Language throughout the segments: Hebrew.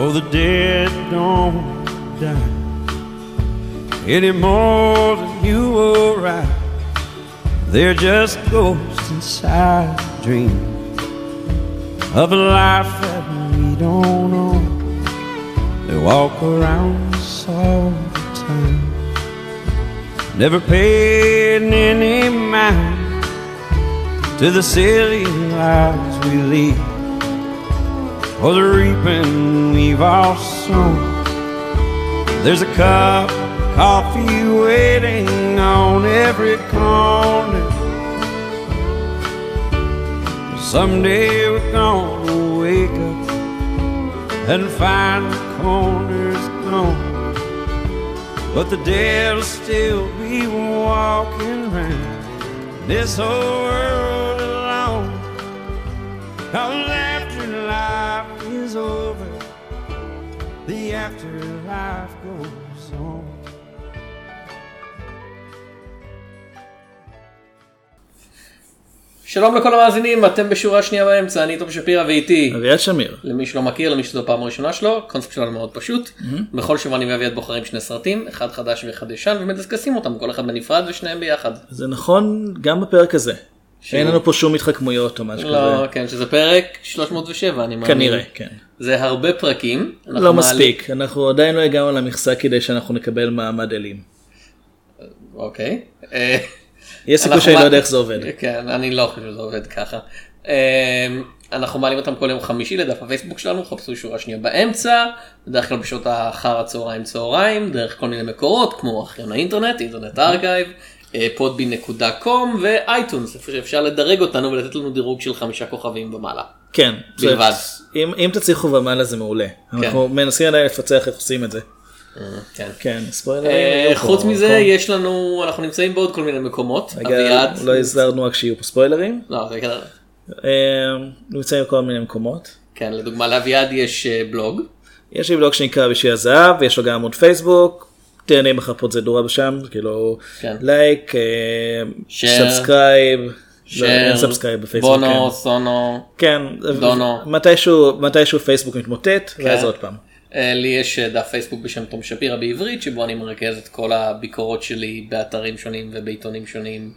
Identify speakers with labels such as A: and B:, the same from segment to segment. A: Oh, the dead don't die any more than you or I. They're just ghosts inside a dream of a life that we don't own. They walk around us all the time, never paying any mind to the silly lives we lead or the reaping we've all sown. There's a cup of coffee waiting on every corner. Someday we're gonna wake up and find the corner's gone. But the dead'll still be walking round this whole world alone. Cause afterlife is over, the afterlife goes on.
B: שלום לכל המאזינים, אתם בשורה שנייה באמצע, אני תום שפירא ואיתי.
C: אביעד שמיר.
B: למי שלא מכיר, למי שזו פעם ראשונה שלו, הקונספט שלנו מאוד פשוט.
C: Mm-hmm.
B: בכל שבוע אני ואביעד בוחרים שני סרטים, אחד חדש ואחד ישן, ומדסקסים אותם, כל אחד בנפרד ושניהם ביחד.
C: זה נכון גם בפרק הזה. אין לנו פה שום התחכמויות או משהו
B: לא,
C: כזה.
B: כן, שזה פרק 307, אני מאמין.
C: כנראה, כן.
B: זה הרבה פרקים. אנחנו
C: לא
B: מעלים-
C: מספיק, אנחנו עדיין לא הגענו למכסה כדי שאנחנו נקבל מעמד אלים.
B: אוקיי. אה,
C: יש סיכוי
B: אנחנו
C: שאני לא
B: מע-
C: יודע איך זה עובד.
B: כן, אני לא חושב שזה עובד ככה. אה, אנחנו מעלים אותם כל יום חמישי לדף הפייסבוק שלנו, חפשו שורה שנייה באמצע, בדרך כלל בשעות האחר הצהריים צהריים, דרך כל מיני מקורות כמו ארכיון האינטרנט, אינטרנט ארכייב, אה, podby.com ואייטונס, איפה שאפשר לדרג אותנו ולתת לנו דירוג של חמישה כוכבים ומעלה.
C: כן.
B: בלבד.
C: זאת, אם אם תצליחו ומעלה זה מעולה. אנחנו מנסים עדיין לפצח איך עושים את זה.
B: כן.
C: כן,
B: אה,
C: ספוילרים. נכון?
B: חוץ מזה יש לנו, אנחנו נמצאים בעוד כל מיני מקומות, אביעד,
C: לא הסדרנו רק שיהיו פה ספוילרים.
B: לא, זה כנראה-
C: אה, נמצאים בכל מיני מקומות.
B: כן, לדוגמה לאביעד יש אה, בלוג,
C: יש לי בלוג שנקרא בשביל הזהב, יש לו גם עמוד פייסבוק, תהנה ממך פרוצדורה בשם, כאילו
B: כן.
C: לייק,
B: share,
C: סאבסקרייב,
B: של
C: לא, אין סאבסקרייב בפייסבוק,
B: בונו,
C: כן.
B: סונו,
C: כן,
B: דונו.
C: מתישהו, מתישהו פייסבוק מתמוטט,
B: כן.
C: ואז עוד פעם.
B: אה, לי יש אה, דף פייסבוק בשם תום שפירא בעברית, שבו אני מרכז את כל הביקורות שלי באתרים שונים ובעיתונים שונים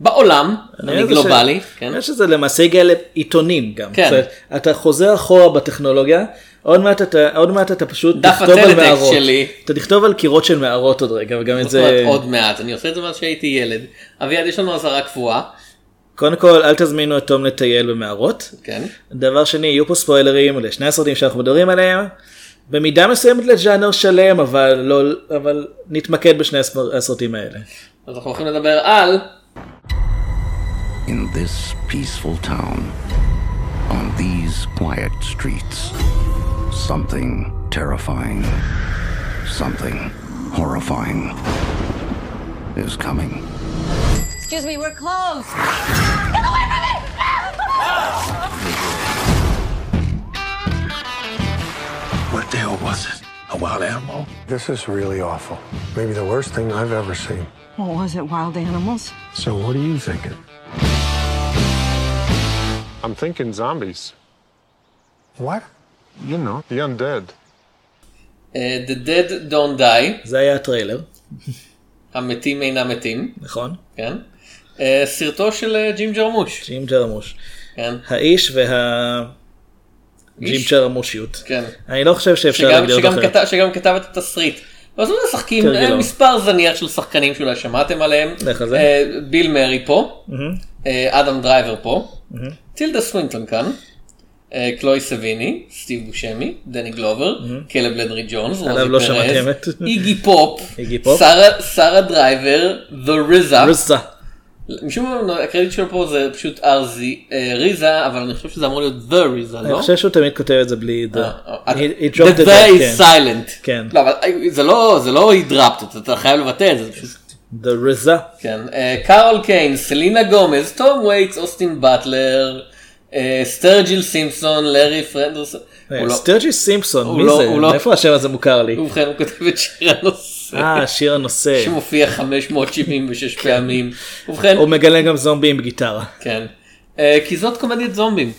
B: בעולם, אני
C: זה
B: גלובלי,
C: ש-
B: כן?
C: אני חושב שזה למעשה הגיע לעיתונים גם.
B: כן.
C: זאת אומרת, אתה חוזר אחורה בטכנולוגיה, עוד מעט אתה, עוד מעט אתה פשוט
B: דף
C: תכתוב על
B: הטלטקסט
C: מערות.
B: שלי.
C: אתה תכתוב על קירות של מערות עוד רגע, וגם את
B: זאת אומרת,
C: זה...
B: עוד מעט, אני עושה את זה מאז שהייתי ילד. אביעד, יש לנו אזהרה קבועה,
C: קודם כל, אל תזמינו את תום לטייל במערות.
B: כן?
C: דבר שני, יהיו פה ספוילרים לשני הסרטים שאנחנו מדברים עליהם, במידה מסוימת לז'אנר שלם, אבל לא, אבל נתמקד בשני הספר- הסרטים האלה.
B: אז אנחנו הולכים לדבר על
D: In this peaceful town, on these quiet streets, something terrifying, something horrifying is coming.
E: Excuse me, we're closed.
D: What the hell was it? A wild animal?
F: This is really awful. Maybe the worst thing I've ever seen.
E: What was it, wild animals?
F: So, what are you thinking?
G: I'm thinking zombies.
F: What?
G: You know, the undead.
B: אה, The Dead Don't Die,
C: זה היה הטריילר,
B: המתים אינם מתים,
C: נכון?
B: כן? אה, סרטו של אה, ג'ים ג'רמוש,
C: ג'ים ג'רמוש.
B: כן?
C: האיש וה... ג'ים
B: איש?
C: ג'רמושיות.
B: כן.
C: אני לא חושב שאפשר
B: שגם,
C: להגדיר
B: שגם,
C: אותו אחרת. כן,
B: כתב, שגם כתב את התסריט. אז הוא משחקים
C: כרגלו.
B: אה, מספר זניח של שחקנים שאולי שמעתם עליהם.
C: לך על זה.
B: אה, ביל מרי פה, אה, אדם דרייבר פה, טילדה סווינטון כאן, אה, קלוי סביני, סטיב בושמי, דני גלובר, קלב לדרי ג'ונס, רוזי
C: לא
B: פרז,
C: שמעתי, האמת.
B: איגי פופ,
C: איגי פופ.
B: שרה- שרה דרייבר, The RZA.
C: רזה.
B: משום מה הקרדיט שלו פה זה פשוט RZ, אה, ריזה, אבל אני חושב שזה אמור להיות The RZA,
C: אני
B: לא?
C: חושב שהוא תמיד כותב את זה בלי... the.
B: אה,
C: He- he
B: The
C: dropped it
B: day is
C: out, כן.
B: silent.
C: כן.
B: לא, אבל אה, זה לא, זה לא he dropped it, אתה חייב לבטא את זה. זה פשוט-
C: The רזה.
B: כן. אה, קארול קיין, סלינה גומז, תום וייטס, אוסטין באטלר, אה, סטרג'יל סימפסון, לארי פרנדרסון.
C: אה,
B: הוא לא-
C: סטרג'י סימפסון,
B: הוא
C: מי
B: לא- הוא לא-
C: זה? איפה השם הזה מוכר לי?
B: ובכן הוא כותב את שיר הנושא,
C: אה, כן. שיר הנושא.
B: שמופיע 576 פעמים. ובכן,
C: הוא מגלה גם זומבים בגיטרה.
B: כן. אה, כי זאת קומדיית זומבים.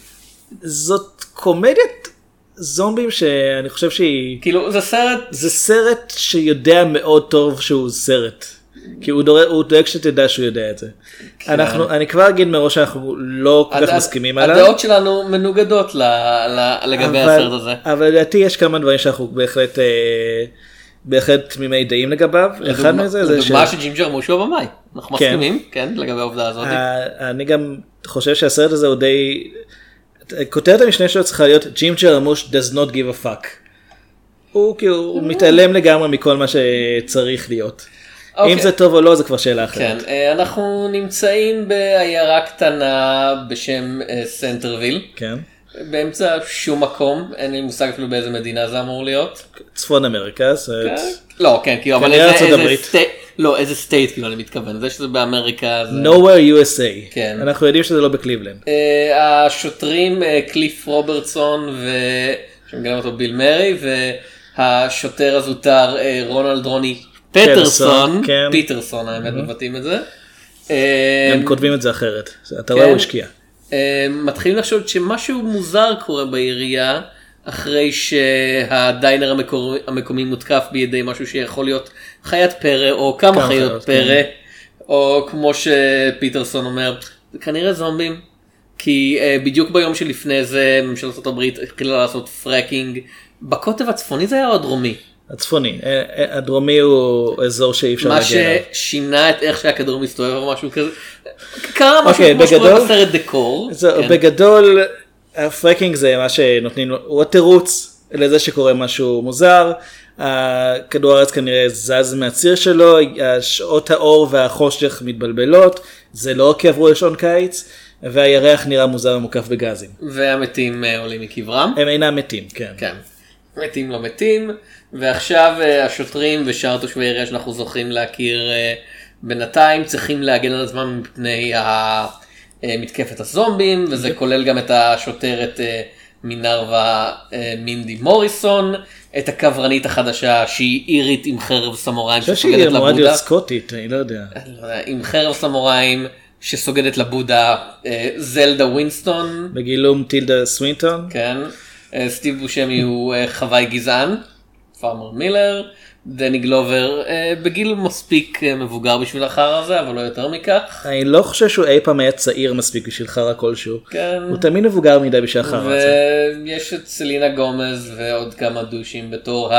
C: זאת קומדיית זומבים שאני חושב שהיא...
B: כאילו זה סרט
C: זה סרט שיודע מאוד טוב שהוא סרט. כי הוא דואג, הוא דואג שתדע שהוא יודע את זה. אנחנו, אני כבר אגיד מראש שאנחנו לא כל כך
B: כן. הד-
C: מסכימים עליו.
B: הדעות שלנו מנוגדות ל- ל- לגבי
C: אבל-
B: הסרט הזה.
C: אבל לדעתי יש כמה דברים שאנחנו בהחלט, אה, בהחלט תמימי דעים לגביו. אחד
B: לדוגמה-
C: מזה זה
B: לדוגמה שג'ים ג'רמוש הוא הבמאי. אנחנו
C: כן. אה,
B: מסכימים, כן, לגבי העובדה הזאת.
C: ה- אני גם חושב שהסרט הזה הוא די... כותרת המשנה שלו צריכה להיות ג'ים ג'רמוש does not give a fuck. הוא כאילו הוא
B: Mm.
C: מתעלם לגמרי מכל מה שצריך להיות.
B: אוקיי.
C: אם זה טוב או לא זה כבר שאלה
B: כן,
C: אחרת.
B: אה, אנחנו נמצאים בעיירה קטנה בשם אה, סנטרוויל,
C: כן.
B: באמצע שום מקום, אין לי מושג אפילו באיזה מדינה זה אמור להיות.
C: צפון אמריקה. זאת אומרת,
B: לא, כן, כאילו, אבל
C: כנראה
B: איזה-
C: ארצות
B: איזה
C: הברית.
B: סטייט, לא, איזה סטייט, כאילו, אני מתכוון, זה שזה באמריקה, זה...
C: nowhere USA.
B: כן.
C: אנחנו יודעים שזה לא בקליבלנד.
B: אה, השוטרים אה, קליף רוברטסון ו... שמגלם אותו ביל מרי והשוטר הזוטר אה, רונלד רוני פטרסון,
C: פטרסון, כן.
B: פיטרסון האמת מבטאים את זה. אה,
C: הם כותבים את זה אחרת. אתה
B: כן.
C: רואה הוא השקיע.
B: אה, מתחילים לחשוב שמשהו מוזר קורה בעירייה אחרי שהדיינר המקור... המקומי מותקף בידי משהו שיכול להיות חיית פרא או כמה
C: כמה
B: חיות
C: חיות, כן.
B: פרא או כמו שפיטרסון אומר זה כנראה זומבים. כי אה, בדיוק ביום שלפני זה ממשלת ארה"ב התחילה לעשות פרקינג בקוטב הצפוני זה היה או הדרומי?
C: הצפוני. אה, אה, הדרומי הוא אזור שאי אפשר
B: מה
C: להגיע אליו.
B: ששינה את איך שהכדור מסתובב או משהו כזה. קרה משהו
C: אוקיי,
B: כמו שקורה
C: בגדול-
B: בסרט דקור.
C: זהו,
B: כן.
C: בגדול הפרקינג זה מה שנותנים, לו- הוא התירוץ לזה שקורה משהו מוזר. הכדור הארץ כנראה זז מהציר שלו, שעות האור והחושך מתבלבלות, זה לא כי עברו לשעון קיץ, והירח נראה מוזר ומוקף בגזים.
B: והמתים אה, עולים מקברם.
C: הם אינם מתים, כן.
B: כן. מתים לא מתים, ועכשיו אה, השוטרים ושאר תושבי העירייה שאנחנו זוכים להכיר אה, בינתיים צריכים להגן על עצמם מפני ה- אה, מתקפת הזומבים, וזה כולל גם את השוטרת אה, מנרווה אה, מינדי מוריסון, את הקברנית החדשה שהיא אירית עם חרב סמוראים
C: אני חושב שהיא
B: שסוגדת
C: אמורה
B: לבודה,
C: להיות סקוטית, אני לא יודע.
B: אני לא יודע, עם חרב סמוראים שסוגדת לבודה, אה, זלדה ווינסטון,
C: בגילום טילדה סווינטון,
B: כן. אה, סטיב בושמי הוא אה, חוואי גזען, פארמר מילר, דני גלובר אה, בגיל מספיק אה, מבוגר בשביל החרא הזה, אבל לא יותר מכך.
C: אני לא חושב שהוא אי פעם היה צעיר מספיק בשביל חרא כלשהו.
B: כן.
C: הוא תמיד מבוגר מדי בשביל החרא הזה.
B: ויש את סלינה גומז ועוד כמה דושים בתור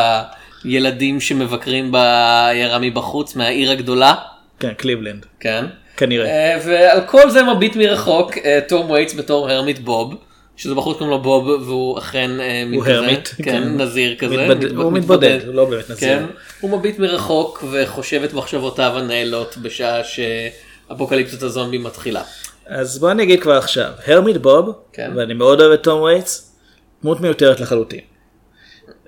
B: הילדים שמבקרים בעיירה מבחוץ, מהעיר הגדולה,
C: כן, קליבלנד,
B: כן.
C: כנראה.
B: אה, ועל כל זה מביט מרחוק אה, תום וייטס בתור הרמיט בוב. שזה בחור שקוראים לו בוב והוא אכן אה, מין
C: הוא
B: כזה,
C: הרמיט,
B: כן,
C: כן.
B: נזיר כזה,
C: מתבד-
B: מתב-
C: הוא מתבודד, הוא לא באמת נזיר.
B: כן, הוא מביט מרחוק וחושב את מחשבותיו הנעלות בשעה שאפוקליפסת הזומבי מתחילה.
C: אז בוא אני אגיד כבר עכשיו, הרמיד בוב,
B: כן.
C: ואני מאוד אוהב את תום וייטס, דמות מיותרת לחלוטין.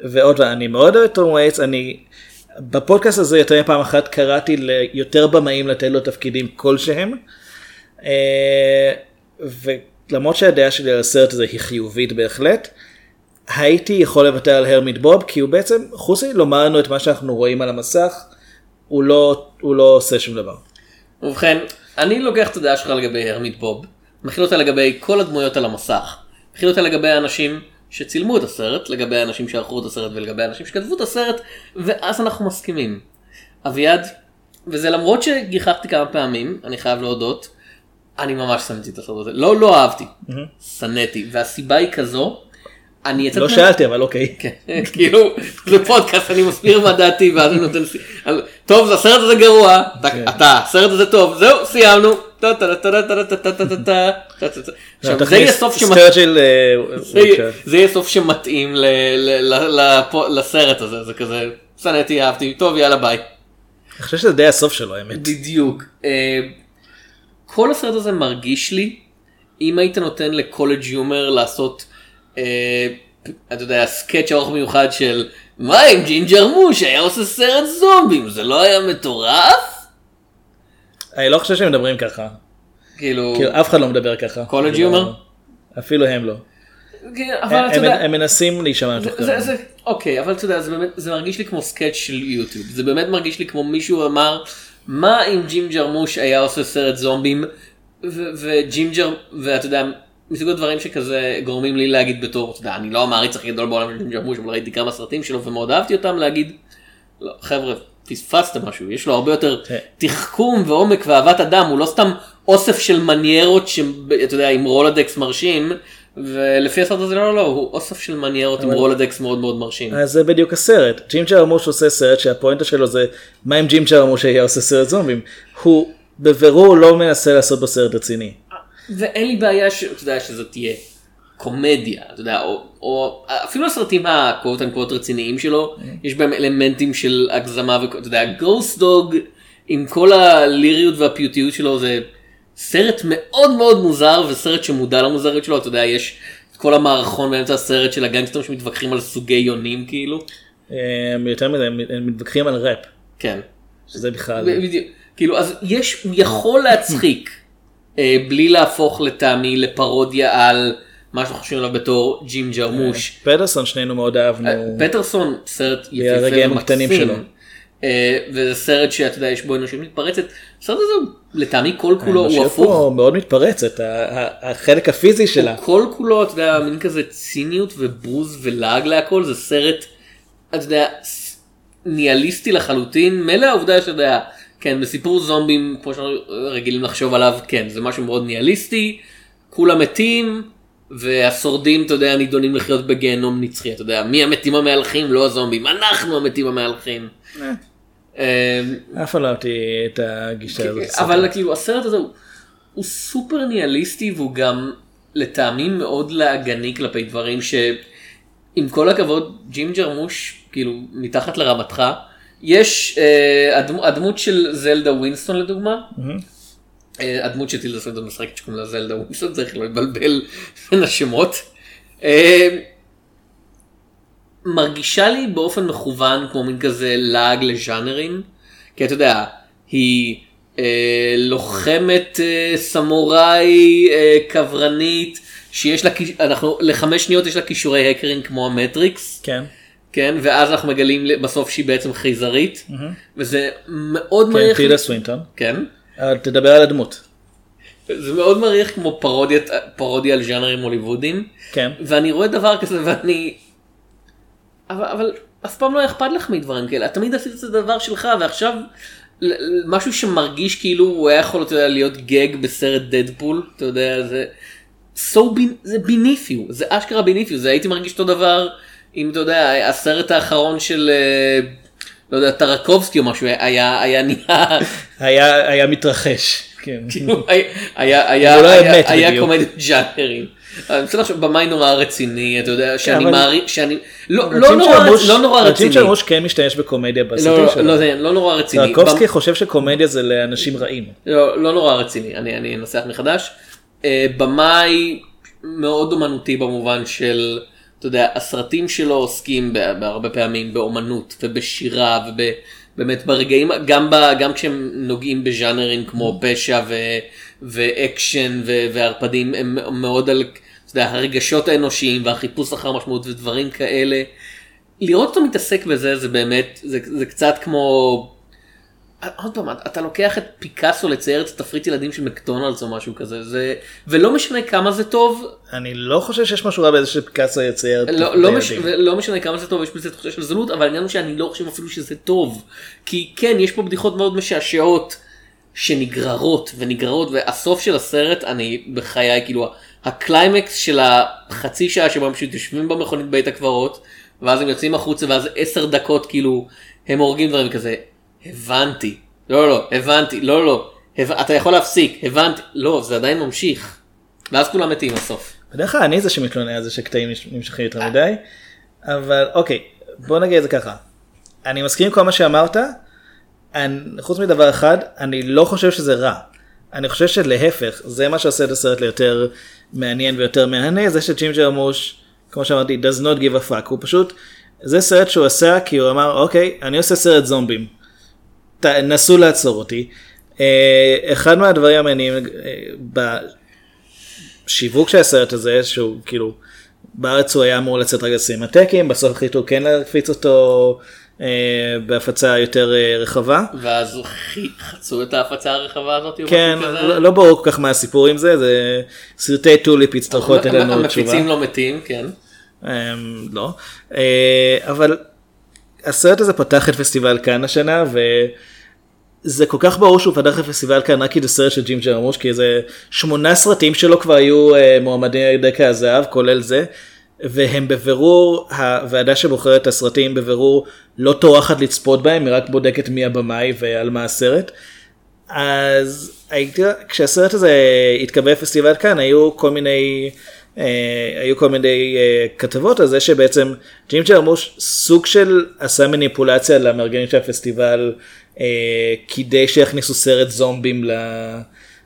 C: ועוד פעם, אני מאוד אוהב את תום וייטס, אני בפודקאסט הזה יותר מפעם אחת קראתי ליותר במאים לתת לו תפקידים כלשהם, אה, ולמרות שהדעה שלי על הסרט הזה היא חיובית בהחלט, הייתי יכול לוותר על הרמיד בוב, כי הוא בעצם, חוץ מלומר לנו את מה שאנחנו רואים על המסך, הוא לא, הוא לא עושה שום דבר.
B: ובכן, אני לוקח את הדעה שלך לגבי הרמיט בוב, מכיל אותה לגבי כל הדמויות על המסך, מכיל אותה לגבי האנשים שצילמו את הסרט, לגבי האנשים שערכו את הסרט ולגבי האנשים שכתבו את הסרט, ואז אנחנו מסכימים. אביעד, וזה למרות שגיחכתי כמה פעמים, אני חייב להודות, אני ממש שנאתי את הסרט הזה. לא, לא אהבתי, שנאתי, והסיבה היא כזו, אני אצאת
C: לא
B: מה-
C: שאלתי אבל אוקיי.
B: כן, כאילו, זה פודקאסט, אני מסביר מה דעתי, ואז אני נותן... סי- על- טוב, זה הסרט הזה גרוע, אתה-
C: כן.
B: אתה, הסרט הזה טוב, זהו, סיימנו. טה, טה, טה, טה, טה, טה, טה, טה, טה, טה. עכשיו, זה יהיה
C: לא, תכניס
B: סוף שמת-
C: סרט כן. של אה,
B: זה יהיה-
C: וולקר.
B: זה יהיה סוף שמתאים ל- ל- ל- לפו- לסרט הזה, זה כזה, שנאתי, אהבתי, טוב, יאללה, ביי.
C: אני חושב שזה די הסוף שלו האמת.
B: בדיוק. אה, כל הסרט הזה מרגיש לי, אם היית נותן לקולג' יומר לעשות, אה, אתה יודע, סקאץ' ארוך מיוחד של מה אם ג'ינג'ר מוש היה עושה סרט זומבים, זה לא היה מטורף?
C: אני לא חושב שהם מדברים ככה.
B: כאילו,
C: כאילו אף אחד לא מדבר ככה.
B: קולג'
C: כאילו,
B: יומר?
C: אפילו הם לא.
B: כן,
C: הם-
B: אבל אתה יודע,
C: הם מנסים להישמע מתוחכם.
B: זה, זה, אוקיי, אבל אתה יודע, זה באמת, זה מרגיש לי כמו סקאץ' של יוטיוב, זה באמת מרגיש לי כמו מישהו אמר, מה אם ג'ים ג'רמוש היה עושה סרט זומבים, ו- וג'ים ג'ר, ואתה יודע, מסוג הדברים שכזה גורמים לי להגיד בתור, אתה יודע, אני לא המעריץ הכי גדול בעולם של ג'ים ג'רמוש, אבל ראיתי כמה סרטים שלו ומאוד אהבתי אותם, להגיד, לא, חבר'ה, פספסתם משהו, יש לו הרבה יותר
C: כן.
B: תחכום ועומק ואהבת אדם, הוא לא סתם אוסף של מניירות, שב- אתה יודע, עם רולדקס מרשים, ולפי הסרט הזה, לא, לא, לא, הוא אוסף של מניירות עם רולדקס מאוד מאוד מרשים.
C: אז זה בדיוק הסרט. ג'ים ג'רמוש עושה סרט שהפואנטה שלו זה מה אם ג'ים ג'רמוש היה עושה סרט זומבים. הוא בבירור לא מנסה לעשות בו סרט רציני.
B: ואין לי בעיה ש... אתה יודע, שזה תהיה קומדיה, אתה יודע, או, או אפילו הסרטים הקוט אנקוט רציניים שלו, יש בהם אלמנטים של הגזמה, וכ- אתה יודע, גוסט דוג, עם כל הליריות והפיוטיות שלו, זה סרט מאוד מאוד מוזר, וסרט שמודע למוזריות שלו, אתה יודע, יש את כל המערכון באמצע הסרט של הגנגסטרים שמתווכחים על סוגי יונים, כאילו.
C: אה, יותר מזה, הם הם מתווכחים על ראפ,
B: כן.
C: שזה בכלל...
B: בדיוק. כאילו אז יש הוא יכול להצחיק אה, בלי להפוך לטעמי לפרודיה על מה שאנחנו חושבים עליו בתור ג'ים ג'רמוש.
C: פדרסון שנינו מאוד אהבנו.
B: אה, פטרסון סרט
C: בגלל הרגעים
B: יפהפה
C: הקטנים
B: ומקסים.
C: שלו.
B: אה, וזה סרט שאתה יודע יש בו אנושות מתפרצת. הסרט הזה הוא, לטעמי כל כולו לא, הוא
C: האנושיות
B: הפוך.
C: פה מאוד מתפרצת, ה- ה- החלק הפיזי שלה.
B: הוא כל כולו, אתה יודע, מין כזה ציניות ובוז ולעג להכל, זה סרט, אתה יודע, ס- ניהליסטי לחלוטין, מילא העובדה שאתה יודע, כן, בסיפור זומבים, כמו שאנחנו רגילים לחשוב עליו, כן, זה משהו מאוד ניהליסטי, כולם מתים, והשורדים, אתה יודע, נידונים לחיות בגיהנום נצחי, אתה יודע, מי המתים המהלכים? לא הזומבים, אנחנו המתים המהלכים. אמ,
C: אף פעם לא אהבתי את הגישה הזאת.
B: אבל כאילו הסרט הזה הוא- הוא סופר ניהליסטי והוא גם לטעמי מאוד לעגני כלפי דברים שעם כל הכבוד ג'ים ג'רמוש כאילו מתחת לרמתך יש אה, הדמו- הדמות של זלדה ווינסטון לדוגמה. אה, הדמות שטילדה סלדון משחקת שקוראים לה זלדה ווינסטון צריך לא לבלבל בין השמות. אה, מרגישה לי באופן מכוון כמו מין כזה לעג לז'אנרים. כי אתה יודע, היא אה, לוחמת אה, סמוראי אה, קברנית, שיש לה, כיש- אנחנו, לחמש שניות יש לה כישורי הקרינג כמו המטריקס,
C: כן.
B: כן, ואז אנחנו מגלים ל- בסוף שהיא בעצם חייזרית, וזה מאוד מריח,
C: טילה סווינטון.
B: כן,
C: אבל אה, תדבר על הדמות.
B: זה מאוד מריח כמו פרודיית, פרודיה על ז'אנרים הוליוודיים,
C: כן.
B: ואני רואה דבר כזה ואני... אבל, אבל אף פעם לא אכפת לך מדברים כאלה, את תמיד עשית את הדבר שלך ועכשיו ל- ל- משהו שמרגיש כאילו הוא היה יכול אתה יודע, להיות גג בסרט דדפול, אתה יודע, זה... So בין, זה ביניפיו, זה אשכרה ביניפיו, זה הייתי מרגיש אותו דבר אם אתה יודע, הסרט האחרון של אה, לא יודע, טרקובסקי או משהו היה, היה נהיה,
C: היה היה מתרחש. כן.
B: כאילו, היה, היה, היה,
C: הוא לא
B: היה,
C: אמת
B: היה
C: בדיוק.
B: קומדיית ג'אנרים. אני רוצה לחשוב במאי נורא רציני, אתה יודע, שאני
C: אבל-
B: מעריך, שאני, לא
C: אבל
B: לא
C: ג'ים
B: נורא
C: ג'רמוש-
B: רציני, לא נורא
C: אבל
B: רציני.
C: ג'ים ג'רמוש כן משתמש בקומדיה
B: לא,
C: בסרטים
B: לא,
C: שלו.
B: לא, זה- לא נורא רציני.
C: טרקובסקי חושב שקומדיה זה לאנשים רעים.
B: במ- לא, לא נורא רציני, אני אני אנסח מחדש. אה, במאי מאוד אומנותי במובן של, אתה יודע, הסרטים שלו עוסקים בה- בהרבה פעמים באומנות ובשירה ובאמת ברגעים, גם, ב, גם כשהם נוגעים בז'אנרים כמו פשע ו, ואקשן ו, וערפדים, הם מאוד על, אתה יודע, הרגשות האנושיים והחיפוש אחר משמעות ודברים כאלה. לראות אותו מתעסק בזה זה באמת, זה, זה קצת כמו עוד פעם, אתה- אתה לוקח את פיקאסו לצייר את תפריט ילדים של מקדונלדס או משהו כזה, זה... ולא משנה כמה זה טוב,
C: אני לא חושב שיש משהו רע בזה שפיקאסו
B: לא,
C: יצייר. תפקידי
B: לא, מש...
C: ילדים.
B: ולא משנה כמה זה טוב, יש בזה תחושה של זלות, אבל העניין הוא שאני לא חושב אפילו שזה טוב. כי כן, יש פה בדיחות מאוד משעשעות שנגררות ונגררות, והסוף של הסרט, אני בחיי, כאילו, הקליימקס של החצי שעה שבה הם פשוט יושבים במכונית בית הקברות, ואז הם יוצאים החוצה, ואז עשר דקות, כאילו, הם הורגים דברים כזה, הבנתי, לא, לא, הבנתי, לא, לא, הב... אתה יכול להפסיק, הבנתי, לא, זה עדיין ממשיך. ואז כולם מתים בסוף.
C: בדרך כלל אני זה שמתלונן על זה שקטעים נמש- נמשכים יותר מדי, אבל אוקיי, בוא נגיד את זה ככה. אני מסכים עם כל מה שאמרת, אני- חוץ מדבר אחד, אני לא חושב שזה רע. אני חושב שלהפך, זה מה שעושה את הסרט ליותר מעניין ויותר מהנה, זה שג'ים ג'רמוש, כמו שאמרתי, does not give a fuck, הוא פשוט, זה סרט שהוא עשה כי הוא אמר, אוקיי, אני עושה סרט זומבים. ת- נסו לעצור אותי. אה, אחד מהדברים המעניינים אה, ב- השיווק של הסרט הזה שהוא כאילו בארץ הוא היה אמור לצאת רגע סינמטקים בסוף החליטו כן להפיץ אותו אה, בהפצה יותר אה, רחבה.
B: ואז חי- חצו את ההפצה הרחבה הזאת? או
C: כן,
B: משהו כזה?
C: לא לא ברור כל כך מה הסיפור עם זה, זה סרטי טוליפ יצטרכו לתת לנו תשובה.
B: המפיצים לא מתים, כן.
C: אמ, לא. אה, אבל הסרט הזה פתח את פסטיבל כאן השנה וזה כל כך ברור שהוא פתח את פסטיבל כאן רק כי זה סרט של ג'ים ג'רמוש כי איזה שמונה סרטים שלו כבר היו אה, מועמדים לדקע הזהב כולל זה. והם בבירור, הוועדה שבוחרת את הסרטים בבירור לא טורחת לצפות בהם, היא רק בודקת מי הבמאי ועל מה הסרט. אז הייתי, כשהסרט הזה התקבל בפסטיבל כאן היו כל מיני אה, היו כל מיני אה, כתבות על זה שבעצם ג'ים ג'רמוש סוג של עשה מניפולציה למארגנים של הפסטיבל אה, כדי שיכניסו סרט זומבים ל...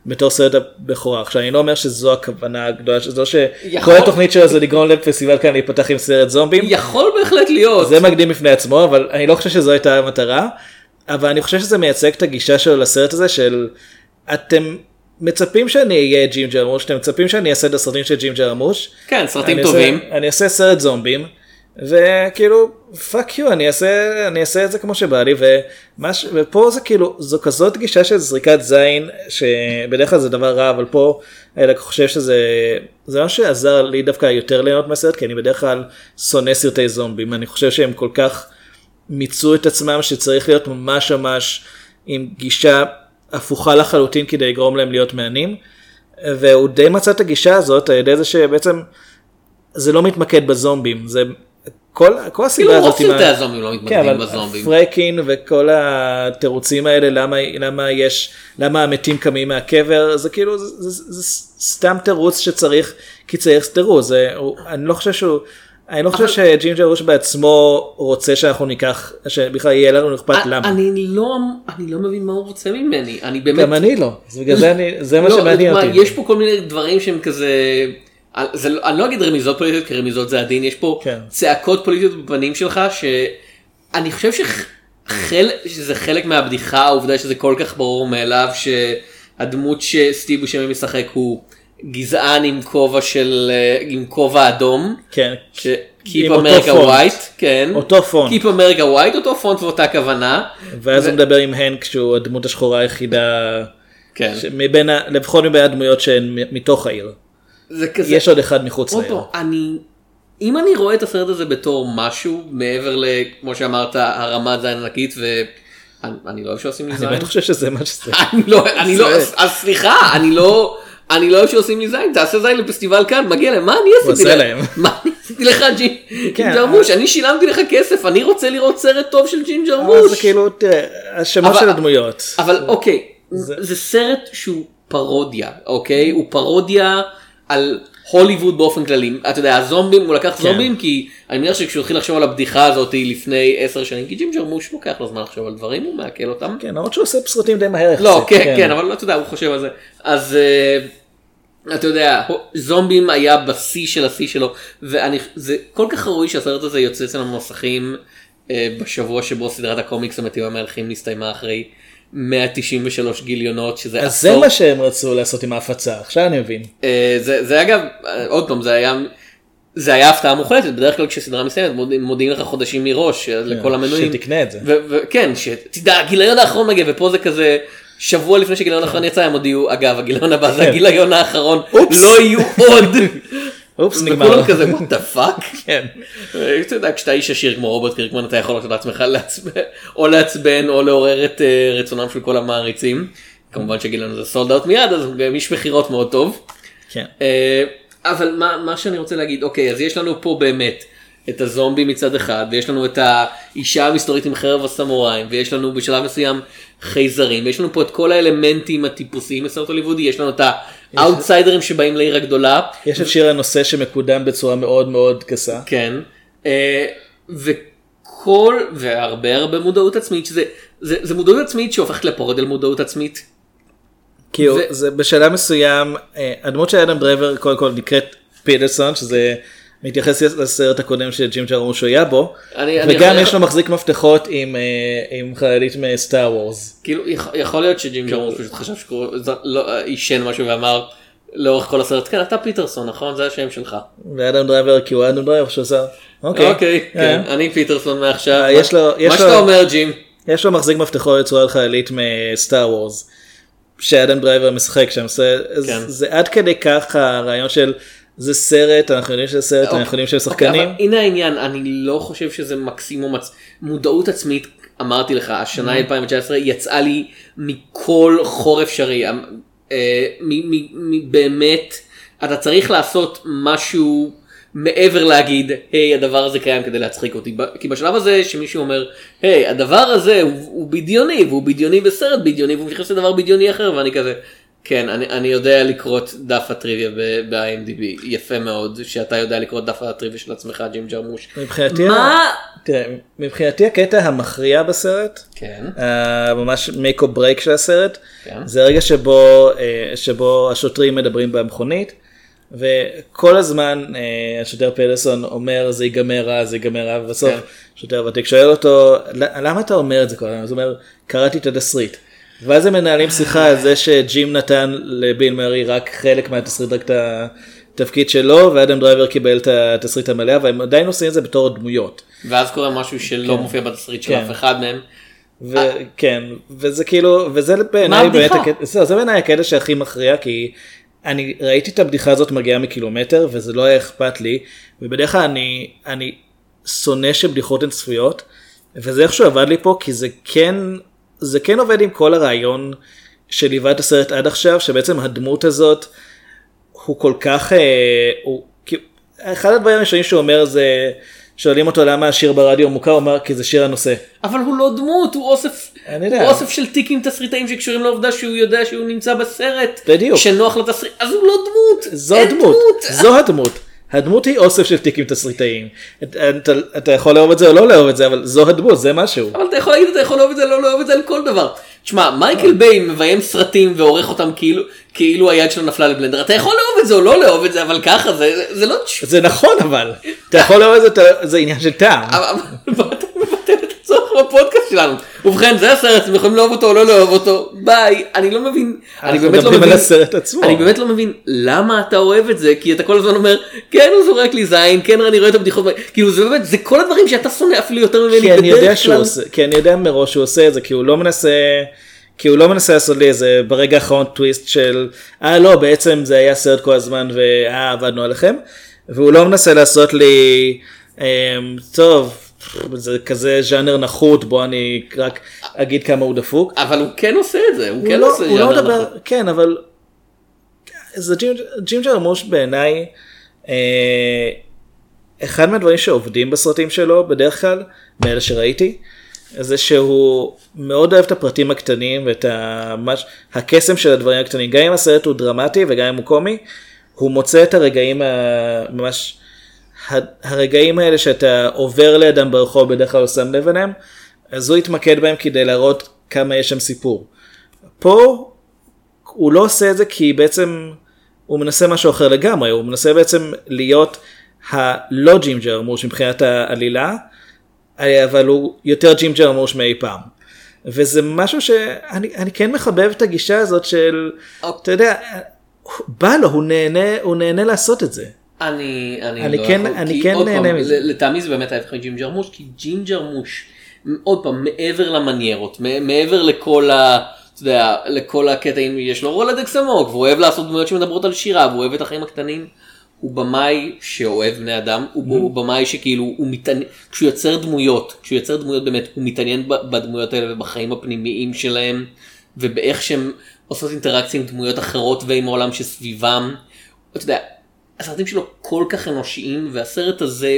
C: בתור סרט הבכורה. עכשיו אני לא אומר שזו הכוונה הגדולה, שזו שכל
B: יכול-
C: התוכנית שלו זה לגרום לפסטיבל כאן להיפתח עם סרט זומבים.
B: יכול בהחלט להיות.
C: זה מקדים בפני עצמו אבל אני לא חושב שזו הייתה המטרה אבל אני חושב שזה מייצג את הגישה שלו לסרט הזה של אתם מצפים שאני אהיה ג'ים ג'רמוש אתם מצפים שאני אעשה את הסרטים של ג'ים ג'רמוש.
B: כן, סרטים
C: אני
B: טובים.
C: עושה, אני עושה סרט זומבים וכאילו פאק יו אני אעשה אני אעשה את זה כמו שבא לי ומה ש... ופה זה כאילו זו כזאת גישה של זריקת זין שבדרך כלל זה דבר רע אבל פה אני רק חושב שזה זה מה שעזר לי דווקא יותר ליהנות מהסרט כי אני בדרך כלל שונא סרטי זומבים אני חושב שהם כל כך מיצו את עצמם שצריך להיות ממש ממש עם גישה הפוכה לחלוטין כדי לגרום להם להיות מהנים. והוא די מצא את הגישה הזאת על ידי זה שבעצם זה לא מתמקד בזומבים זה כל כל
B: כאילו
C: הסיבה
B: רוב
C: הזאת עם
B: סרטי
C: ה-
B: הזומבים לא
C: כן,
B: מתמקדים
C: אבל
B: בזומבים.
C: פרקין וכל התירוצים האלה למה למה יש למה המתים קמים מהקבר זה כאילו זה, זה, זה, זה סתם תירוץ שצריך כי צריך תירוץ זה הוא, אני לא חושב שהוא. אני לא חושב שג'ים ג'רוש בעצמו רוצה שאנחנו ניקח, שבכלל יהיה לנו אכפת
B: אני-
C: למה.
B: אני לא אני לא מבין מה הוא רוצה ממני. אני באמת...
C: גם אני לא, אז בגלל זה אני, זה מה
B: לא,
C: שמעניין
B: לדוגמה,
C: אותי.
B: יש פה כל מיני דברים שהם כזה, אה, זה לא- אני לא אגיד רמיזות פוליטיות כי רמיזות זה עדין, יש פה
C: כן.
B: צעקות פוליטיות בפנים שלך שאני חושב שח- חל- שזה חלק מהבדיחה העובדה שזה כל כך ברור מאליו שהדמות שסטיב בושמי משחק הוא גזען עם כובע של אה, עם כובע אדום.
C: כן,
B: ש- Keep
C: עם אותו
B: America
C: פונט.
B: White, כן.
C: אותו כן. פונט.
B: Keep America White, אותו פונט ואותה כוונה.
C: ואז
B: ו-
C: הוא מדבר עם הנק שהוא הדמות השחורה היחידה,
B: כן.
C: ש- מבין ה- לפחות מבין הדמויות שהן מ- מתוך העיר.
B: זה כזה.
C: יש עוד אחד מחוץ
B: עוד
C: לעיר.
B: פעם, אני... אם אני רואה את הסרט הזה בתור משהו, מעבר ל... כמו שאמרת, הרמת זין ענקית, ו... אני, אני לא אוהב שעושים לי
C: אני
B: זין.
C: באמת חושב שזה מה שזה.
B: אני לא... אני לא...
C: זה-
B: אז סליחה, אני לא... אני לא אוהב שעושים לי זין, תעשה זין לפסטיבל כאן, מגיע להם, מה אני עשיתי
C: עושה
B: להם?
C: להם.
B: מה אני עשיתי לך ג'ין
C: כן,
B: ג'רמוש? אני שילמתי לך כסף, אני רוצה לראות סרט טוב של ג'ין
C: אבל זה
B: ג'רמוש.
C: כאילו, תראה, השמות
B: אבל-
C: של הדמויות.
B: אבל אוקיי,
C: זה-
B: זה סרט שהוא פרודיה, אוקיי? הוא פרודיה על הוליווד באופן כללי. אתה יודע, הזומבים, הוא
C: כן.
B: לקח זומבים כי אני מניח שכשהוא התחיל לחשוב על הבדיחה הזאת לפני עשר שנים, כי ג'ים ג'רמוש לוקח לו זמן לחשוב על דברים, הוא מעכל אותם.
C: כן, למרות שהוא עושה סרטים די מהר יחסית.
B: לא, כן, כן, אבל אתה יודע, הוא חושב על זה. אז אה, אתה יודע, הו- זומבים היה בשיא של השיא שלו, ואני, זה כל כך ראוי שהסרט הזה יוצא אצלנו במסכים אה, בשבוע שבו סדרת הקומיקס המתאים המהלכים נסתיימה אחרי 193 גיליונות, שזה
C: אז זה מה שהם רצו לעשות עם ההפצה, עכשיו אני מבין.
B: אה, זה, זה אגב, אה, עוד פעם, זה היה... זה היה הפתעה מוחלטת, בדרך כלל כשסדרה מסתיימת מודיע- מודיעים לך חודשים מראש אה, לכל המנויים.
C: כן, שתקנה את זה.
B: ו- ו- כן, שתדע, הגיליון האחרון מגיע, ופה זה כזה, שבוע לפני שהגיליון האחרון יצא הם הודיעו, אגב, הגיליון הבא זה
C: כן.
B: הגיליון האחרון,
C: אופס.
B: לא יהיו עוד.
C: אופס, נגמר.
B: וכולם כזה, what the fuck? אה,
C: כן.
B: אתה יודע, כשאתה איש עשיר כמו רוברט קירקמן, אתה יכול לעשות לעצמך לעצבן, או לעצבן, או לעורר את אה, רצונם של כל המעריצים. כמובן שגיליון זה סולד אאוט מיד, אז הוא גם איש מכירות מאוד טוב.
C: כן.
B: אה, אבל מה, מה שאני רוצה להגיד, אוקיי, אז יש לנו פה באמת את הזומבי מצד אחד, ויש לנו את האישה המסתורית עם חרב הסמוראים, ויש לנו בשלב מסוים חייזרים, ויש לנו פה את כל האלמנטים הטיפוסיים בסרט הוליוודי, יש לנו את האאוטסיידרים שבאים לעיר הגדולה,
C: יש את שיר הנושא שמקודם בצורה מאוד מאוד גסה.
B: כן, אה, וכל, והרבה הרבה מודעות עצמית, שזה, זה, זה מודעות עצמית שהופכת לפרודיה למודעות עצמית.
C: כאילו
B: ו-
C: זה בשלב מסוים אה, הדמות של אדם דרייבר קודם כל נקראת פידלסון שזה מתייחס לסרט הקודם שג'ים ג'רמוש היה בו
B: אני- אני-
C: וגם
B: אני-
C: יש לו מחזיק מפתחות עם, אה, עם חללית מסטאר וורס. כן.
B: כאילו יכול- יכול להיות שג'ים ג'רמוס פשוט חשב שהוא עישן לא, משהו ואמר לאורך כל הסרט. כן, אתה פיטרסון, נכון? זה השם שלך.
C: ואדם דרייבר כי הוא אדם דרייבר שעושה. אוקיי.
B: אוקיי, כן,
C: אה.
B: אני פיטרסון מעכשיו.
C: אה, יש לו- יש
B: מה
C: לו-
B: שאתה אומר, ג'ים,
C: יש לו מחזיק מפתחו לצורה חיילית מסטאר וורס. שאדם דרייבר משחק שם זה,
B: כן.
C: זה, זה עד כדי כך הרעיון של זה סרט אנחנו יודעים שזה סרט אנחנו יודעים שזה
B: אוקיי,
C: שחקנים
B: אבל הנה העניין, אני לא חושב שזה מקסימום עצ... מודעות עצמית, אמרתי לך, השנה 2019 יצאה לי מכל חור אפשרי. אמ- אה, מ- מ- מ- באמת, אתה צריך לעשות משהו מעבר להגיד, היי, הדבר הזה קיים כדי להצחיק אותי. ב- כי בשלב הזה שמישהו אומר, היי, הדבר הזה הוא, הוא בדיוני, והוא בדיוני בסרט בדיוני, והוא מתייחס לדבר בדיוני אחר, ואני כזה... כן, אני, אני יודע לקרוא את דף הטריוויה ב- ב-IMDb, יפה מאוד, שאתה יודע לקרוא את דף הטריוויה של עצמך, ג'ים ג'רמוש.
C: מבחינתי
B: מה?
C: תראה, מבחינתי הקטע המכריע בסרט,
B: כן.
C: ה- ממש make or break של הסרט,
B: כן.
C: זה הרגע שבו, אה, שבו השוטרים מדברים במכונית, וכל הזמן אה, השוטר פלסון אומר זה ייגמר רע, זה ייגמר רע, ובסוף
B: כן.
C: שוטר ותיק שואל אותו, "ל- למה אתה אומר את זה כל הזמן? אז הוא אומר, קראתי את התסריט. ואז הם מנהלים שיחה על זה שג'ים נתן לביל מרי רק חלק מהתסריט, רק את התפקיד שלו, ואדם דרייבר קיבל את התסריט המלא, אבל הם עדיין עושים את זה בתור דמויות.
B: ואז קורה משהו שלא מופיע בתסריט של
C: כן.
B: אף אחד מהם.
C: וכן כן, וזה כאילו וזה בעיניי באמת
B: הבדיחה?
C: הקטע זהו, זה בעיניי הקטע שהכי מכריע כי אני ראיתי את הבדיחה הזאת מגיעה מקילומטר וזה לא היה אכפת לי ובדרך כלל אני אני שונא שבדיחות הן צפויות וזה איכשהו עבד לי פה כי זה כן זה כן עובד עם כל הרעיון שליווה את הסרט עד עכשיו שבעצם הדמות הזאת הוא כל כך אה, הוא כאילו אחד הדברים הראשונים שהוא אומר זה שואלים אותו למה השיר ברדיו מוכר הוא אומר כי זה שיר הנושא.
B: אבל הוא לא דמות, הוא אוסף,
C: אני יודע.
B: הוא אוסף של טיקים תסריטאים שקשורים לעובדה שהוא יודע שהוא נמצא בסרט.
C: בדיוק.
B: שנוח לתסריט, אז הוא לא דמות.
C: זו
B: אין
C: הדמות, זו הדמות. הדמות היא אוסף של תיקים תסריטאיים. אתה, אתה- אתה יכול לאהוב את זה או לא לאהוב את זה, אבל זו הדמות, זה משהו.
B: אבל אתה יכול להגיד, אתה יכול לאהוב את זה, לא לאהוב את זה על כל דבר. תשמע,
C: אה.
B: מייקל ביי מביים סרטים ועורך אותם כאילו, כאילו היד שלו נפלה לבלנדר. אתה יכול לאהוב את זה או לא לאהוב את זה, אבל ככה, זה, זה לא... תש-
C: זה נכון אבל, אתה יכול לאהוב את זה, אתה- זה עניין של טעם.
B: אבל אבל אתה מבטל את הצורך בפודקאסט שלנו. ובכן, זה הסרט, אתם יכולים לאהוב אותו או לא לאהוב אותו, ביי. אני לא מבין, אני
C: אנחנו
B: באמת לא
C: מדברים על
B: מבין,
C: הסרט עצמו.
B: אני באמת לא מבין למה אתה אוהב את זה, כי אתה כל הזמן אומר, כן הוא זורק לי זין, כן אני רואה את הבדיחות, כאילו זה באמת, זה כל הדברים שאתה שונא אפילו יותר ממני
C: כי אני יודע
B: בדרך
C: שהוא
B: כלל.
C: עושה, כי אני יודע מראש שהוא עושה את זה, כי הוא לא מנסה, כי הוא לא מנסה לעשות לי איזה ברגע האחרון טוויסט של, אה לא, בעצם זה היה סרט כל הזמן ואה עבדנו עליכם, והוא לא מנסה לעשות לי, אה, טוב, זה כזה ז'אנר נחות, בוא אני רק אגיד כמה הוא דפוק.
B: אבל הוא כן עושה את זה, הוא
C: הוא
B: כן
C: לא-
B: עושה
C: הוא לא
B: ז'אנר
C: מדבר,
B: נכון.
C: כן, אבל זה ג'ים- ג'ים ג'רמוש בעיניי, אה, אחד מהדברים שעובדים בסרטים שלו בדרך כלל, מאלה שראיתי, זה שהוא מאוד אוהב את הפרטים הקטנים ואת המש... הקסם של הדברים הקטנים, גם אם הסרט הוא דרמטי וגם אם הוא קומי, הוא מוצא את הרגעים הממש... ה- הרגעים האלה שאתה עובר לידם ברחוב בדרך כלל לא שם לב אליהם, אז הוא יתמקד בהם כדי להראות כמה יש שם סיפור. פה הוא לא עושה את זה כי בעצם הוא מנסה משהו אחר לגמרי, הוא מנסה בעצם להיות הלא ג'ים ג'רמוש מבחינת העלילה, אבל הוא יותר ג'ים ג'רמוש מאי פעם. וזה משהו שאני אני כן מחבב את הגישה הזאת של,
B: אוקיי.
C: אתה יודע, בא לו, הוא נהנה, הוא נהנה לעשות את זה.
B: אני, אני,
C: אני
B: לא
C: כן-
B: יכול,
C: אני
B: כי
C: כן
B: עוד פעם,
C: נהנה מזה.
B: ל- לטעמי זה באמת ההפך מג'ים ג'רמוש, כי ג'ים ג'רמוש, מ- עוד פעם, מעבר למניירות, מ- מעבר לכל ה... אתה יודע, לכל הקטעים, יש לו רולדקס עמוק, והוא אוהב לעשות דמויות שמדברות על שירה, והוא אוהב את החיים הקטנים. הוא במאי שאוהב בני אדם, הוא, הוא
C: Mm.
B: במאי שכאילו, הוא מתעניין, כשהוא יוצר דמויות, כשהוא יוצר דמויות באמת, הוא מתעניין ב- בדמויות האלה ובחיים הפנימיים שלהם, ובאיך שהם עושות אינטראקציה עם דמויות אחרות ועם העולם שסביבם. אתה יודע, הסרטים שלו כל כך אנושיים, והסרט הזה,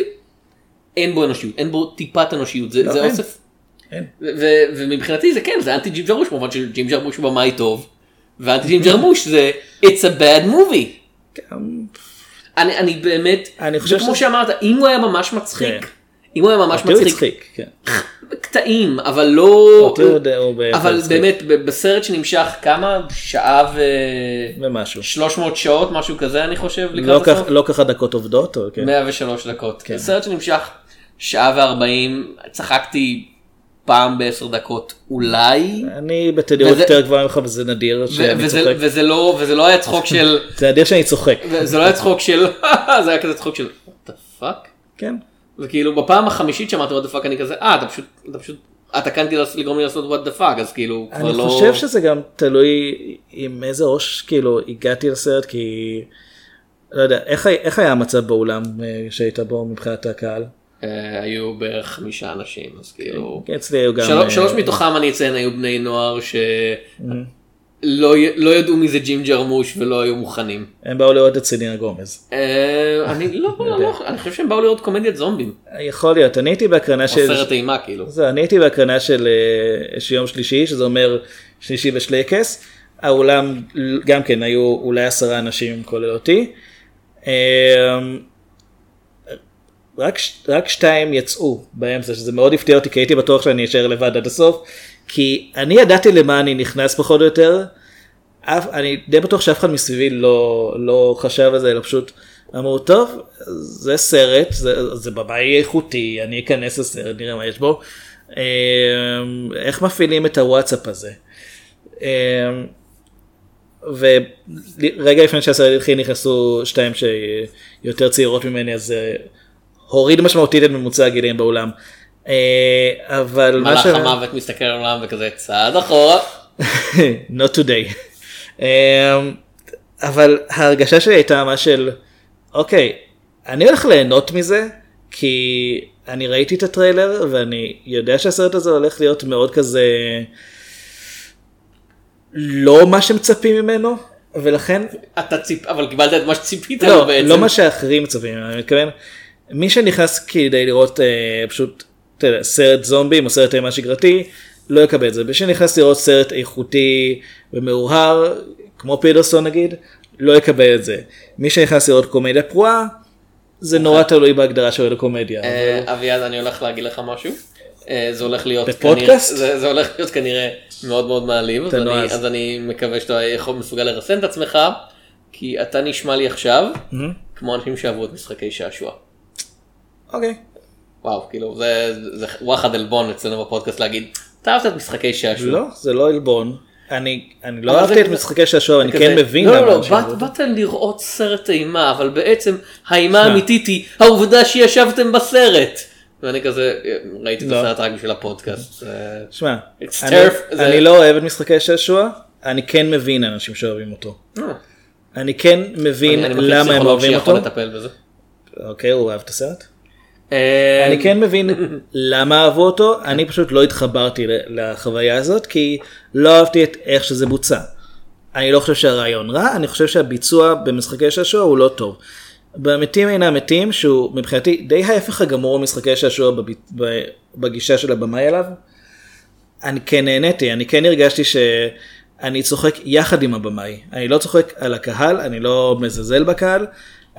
B: אין בו אנושיות, אין בו טיפת אנושיות, זה,
C: לא,
B: זה
C: אין.
B: אוסף.
C: אין.
B: ו- ו- ומבחינתי זה כן, זה אנטי ג'ים ג'רמוש, במובן שג'ים ג'רמוש הוא במאי טוב, ואנטי ג'ים ג'רמוש זה It's a bad movie.
C: כן,
B: אני, אני באמת,
C: אני חושב
B: וכמו
C: ש-
B: שאמרת, אם הוא היה ממש מצחיק,
C: כן.
B: אם הוא היה ממש
C: אותי הוא
B: מצחיק,
C: הצחיק, כן.
B: קטעים, אבל לא,
C: אותי הוא יודע, הוא בהחלט
B: אבל
C: מצחיק.
B: באמת, ב- בסרט שנמשך כמה? שעה ו...
C: ומשהו.
B: 300 שעות, משהו כזה אני חושב,
C: לא
B: לקראת
C: כך-
B: הסוף.
C: לא ככה דקות עובדות, או כן?
B: 103 דקות.
C: כן.
B: סרט שנמשך שעה וארבעים, צחקתי פעם בעשר דקות אולי.
C: אני בתדירות
B: וזה-
C: יותר גבוהה ממך וזה נדיר
B: ו-
C: שאני
B: וזה-
C: כן. צוחק.
B: וזה לא וזה לא היה צחוק של
C: זה נדיר שאני צוחק.
B: זה לא היה צחוק של זה היה כזה צחוק של what the fuck.
C: כן.
B: וכאילו בפעם החמישית שאמרתי what the fuck אני כזה אה אתה פשוט אתה פשוט אתה כאן כדי לעשות- לגרום לי לעשות what the fuck אז כאילו כבר
C: אני
B: לא.
C: חושב שזה גם תלוי עם איזה ראש כאילו הגעתי לסרט כי לא יודע איך, היה- איך היה המצב באולם אה, שהיית בו מבחינת הקהל.
B: אה, היו בערך חמישה אנשים אז כאילו.
C: כן, אצלי היו גם
B: שלוש,
C: אה,
B: שלוש מתוכם אני אציין היו בני נוער שלא לא ידעו מי זה ג'ים ג'רמוש ולא היו מוכנים.
C: הם באו לראות את סלינה גומז.
B: אה, אני לא, לא, לא, אני חושב שהם באו לראות קומדיית זומבים.
C: יכול להיות אני הייתי בהקרנה
B: או
C: של
B: סרט אימה כאילו.
C: זהו, אני הייתי בהקרנה של אה, של יום שלישי שזה אומר שלישי בשלייקס. האולם גם כן היו אולי עשרה אנשים כולל אותי. אה, רק, ש- רק שתיים יצאו באמצע, שזה מאוד הפתיע אותי, כי הייתי בטוח שאני אשאר לבד עד הסוף, כי אני ידעתי למה אני נכנס פחות או יותר, אף, אני די בטוח שאף אחד מסביבי לא, לא חשב על זה, אלא פשוט אמרו, טוב, זה סרט, זה, זה במאי איכותי, אני אכנס לסרט, נראה מה יש בו. אמ, איך מפעילים את הוואטסאפ הזה? אמ, ורגע לפני שהסרט התחיל נכנסו שתיים שיותר צעירות ממני אז אה, הוריד משמעותית את ממוצע הגילאים באולם. אה, אבל מה
B: מלאך המוות מסתכל על העולם וכזה צעד אחורה.
C: Not today. אמ, אבל ההרגשה שלי הייתה מה של, אוקיי, אני הולך ליהנות מזה, כי אני ראיתי את הטריילר, ואני יודע שהסרט הזה הולך להיות מאוד כזה, לא מה שמצפים ממנו, ולכן,
B: אתה ציפ... אבל קיבלת את מה שציפית לו
C: לא,
B: בעצם.
C: לא מה שאחרים מצפים ממנו, אני מתכוון, מי שנכנס כדי לראות אה, פשוט, אתה יודע, סרט זומבים או סרט אימה שגרתי, לא יקבל את זה. מי שנכנס לראות סרט איכותי ומאוהר, כמו פידרסון נגיד, לא יקבל את זה. מי שנכנס לראות קומדיה פרועה, זה נורא תלוי בהגדרה שלו לקומדיה.
B: אה, אביעד אני הולך להגיד לך משהו. אה, זה הולך להיות
C: בפודקאסט?
B: כנראה- זה, זה הולך להיות כנראה מאוד מאוד מעליב אז אני,
C: נועז.
B: אז אני מקווה שאתה יכול מסוגל לרסן את עצמך כי אתה נשמע לי עכשיו כמו אנשים שעברו את משחקי שעשוע.
C: אוקיי.
B: וואו כאילו זה, זה וואחד עלבון אצלנו בפודקאסט להגיד אתה אהבת את משחקי שעשוע.
C: לא, זה לא עלבון. אני, אני לא
B: אבל זה
C: אהבתי את
B: כזה-
C: משחקי שעשוע, אני
B: כזה-
C: כן מבין
B: לא,
C: למה
B: לא, לא,
C: אנשים
B: באת-
C: אוהבים.
B: באת לראות סרט אימה, אבל בעצם האימה האמיתית היא העובדה שישבתם בסרט. ואני כזה, ראיתי את
C: לא.
B: הסרט רק בשביל הפודקאסט. אה,
C: שמע,
B: It's
C: אני,
B: turf, זה-
C: אני לא אוהב את משחקי שעשוע, אני כן מבין אנשים שאוהבים אותו. אני כן מבין
B: אה. אני- אני מכיר
C: למה הם
B: פסיכולוג
C: אוהבים
B: שיכול
C: אותו.
B: לטפל בזה.
C: אוקיי, הוא אהב את הסרט.
B: אה,
C: אני כן מבין למה אהבו אותו, אני פשוט לא התחברתי ל- לחוויה הזאת, כי לא אהבתי את איך שזה בוצע. אני לא חושב שהרעיון רע, אני חושב שהביצוע במשחקי שעשוע הוא לא טוב. במתים אינם מתים, שהוא מבחינתי די ההפך הגמור ממשחקי שעשוע בב- ב- בגישה של הבמאי אליו. אני כן נהניתי, אני כן הרגשתי שאני צוחק יחד עם הבמאי. אני לא צוחק על הקהל, אני לא מזלזל בקהל,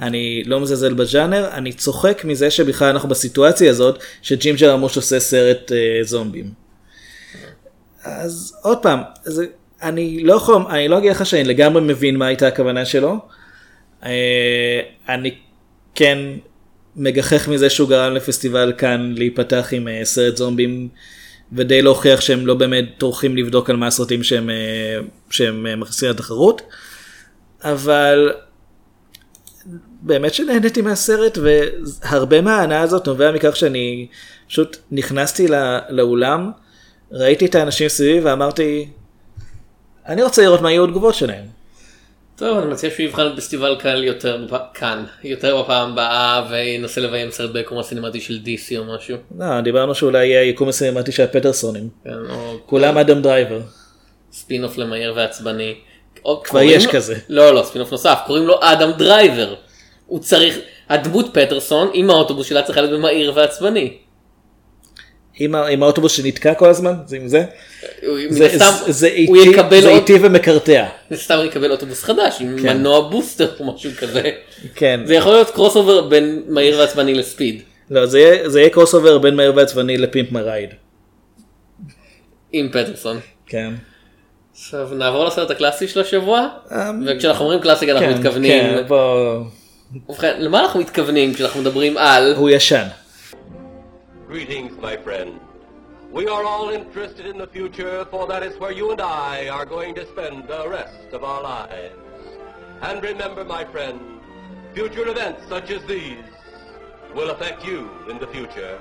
C: אני לא מזלזל בז'אנר, אני צוחק מזה שבכלל אנחנו בסיטואציה הזאת שג'ים ג'רמוש עושה סרט אה, זומבים. אז עוד פעם, זה, אני לא יכול, אני לא אגיד לך שאני לגמרי מבין מה הייתה הכוונה שלו. אה, אני כן מגחך מזה שהוא גרם לפסטיבל כאן להיפתח עם אה, סרט זומבים ודי להוכיח שהם לא באמת טורחים לבדוק על מה הסרטים שהם, אה, שהם אה, מכניסים לתחרות. אבל באמת שנהניתי מהסרט והרבה מההנאה הזאת נובע מכך שאני פשוט נכנסתי לא, לאולם, ראיתי את האנשים סביבי ואמרתי, אני רוצה לראות מה יהיו התגובות שלהם.
B: טוב, אני מציע שהוא יבחן את פסטיבל קהל יותר בפ- כאן, יותר בפעם הבאה, וינסה לביים סרט ביקום הסינמטי של DC או משהו.
C: לא, דיברנו שאולי יהיה היקום הסינמטי של הפטרסונים,
B: כן, או
C: כולם אדם דרייבר.
B: ספינוף למהיר ועצבני.
C: כבר יש כזה.
B: לא, לא, ספינוף נוסף, קוראים לו אדם דרייבר. הוא צריך, הדמות פטרסון עם האוטובוס שלה צריכה להיות במהיר ועצבני.
C: עם, ה- עם האוטובוס שנתקע כל הזמן, זה עם זה,
B: הוא-
C: זה,
B: מן הסתם,
C: זה, זה,
B: הוא
C: איטי,
B: יקבל
C: זה
B: אוט-
C: איטי ומקרטע.
B: מן הסתם יקבל אוטובוס חדש עם
C: כן.
B: מנוע בוסטר או משהו כזה.
C: כן,
B: זה יכול להיות קרוס אובר בין מהיר ועצבני לספיד.
C: לא, זה יהיה, זה יהיה קרוס אובר בין מהיר ועצבני לפימפ מרייד.
B: עם פטרסון.
C: כן.
B: עכשיו נעבור לסרט הקלאסי של השבוע,
C: אמ,
B: וכשאנחנו אומרים קלאסי אנחנו
C: כן,
B: מתכוונים,
C: כן, בוא,
B: ובכן למה אנחנו מתכוונים כשאנחנו מדברים על,
C: הוא ישן.
H: Greetings, my friend. We are all interested in the future, for that is where you and I are going to spend the rest of our lives. And remember, my friend, future events such as these will affect you in the future.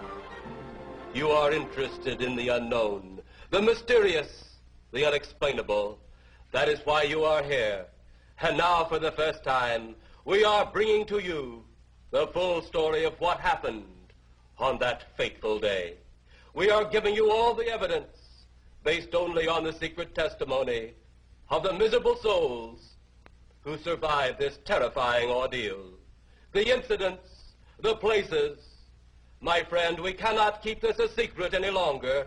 H: You are interested in the unknown, the mysterious, the unexplainable. That is why you are here. And now, for the first time, we are bringing to you the full story of what happened on that fateful day. We are giving you all the evidence based only on the secret testimony of the miserable souls who survived this terrifying ordeal. The incidents, the places. My friend, we cannot keep this a secret any longer.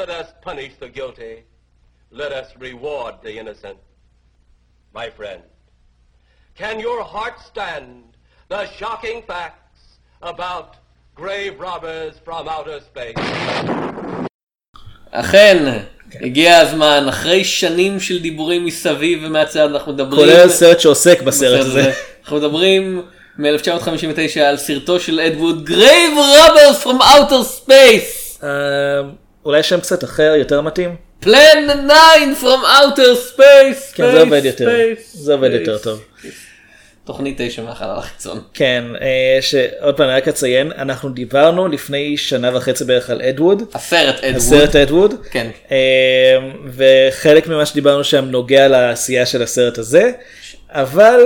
H: Let us punish the guilty. Let us reward the innocent. My friend, can your heart stand the shocking facts about grave robbers from outer space?
B: אכן,
C: כן.
B: הגיע הזמן, אחרי שנים של דיבורים מסביב ומהצד, אנחנו מדברים...
C: כולל סרט שעוסק בסרט הזה.
B: אנחנו מדברים מ-1959 על סרטו של אדווד גרייב ראברס from outer space.
C: אה, אולי שם קצת אחר, יותר מתאים?
B: plan 9 from outer space.
C: כן, זה
B: space,
C: עובד יותר.
B: space,
C: זה עובד
B: space.
C: יותר טוב.
B: תוכנית 9 מהחלל החיצון.
C: כן, אה, שעוד פעם, אני רק אציין, אנחנו דיברנו לפני שנה וחצי בערך על אדווד,
B: הסרט אדווד.
C: הסרט אדווד,
B: כן.
C: אה, וחלק ממה שדיברנו שם נוגע לעשייה של הסרט הזה, אבל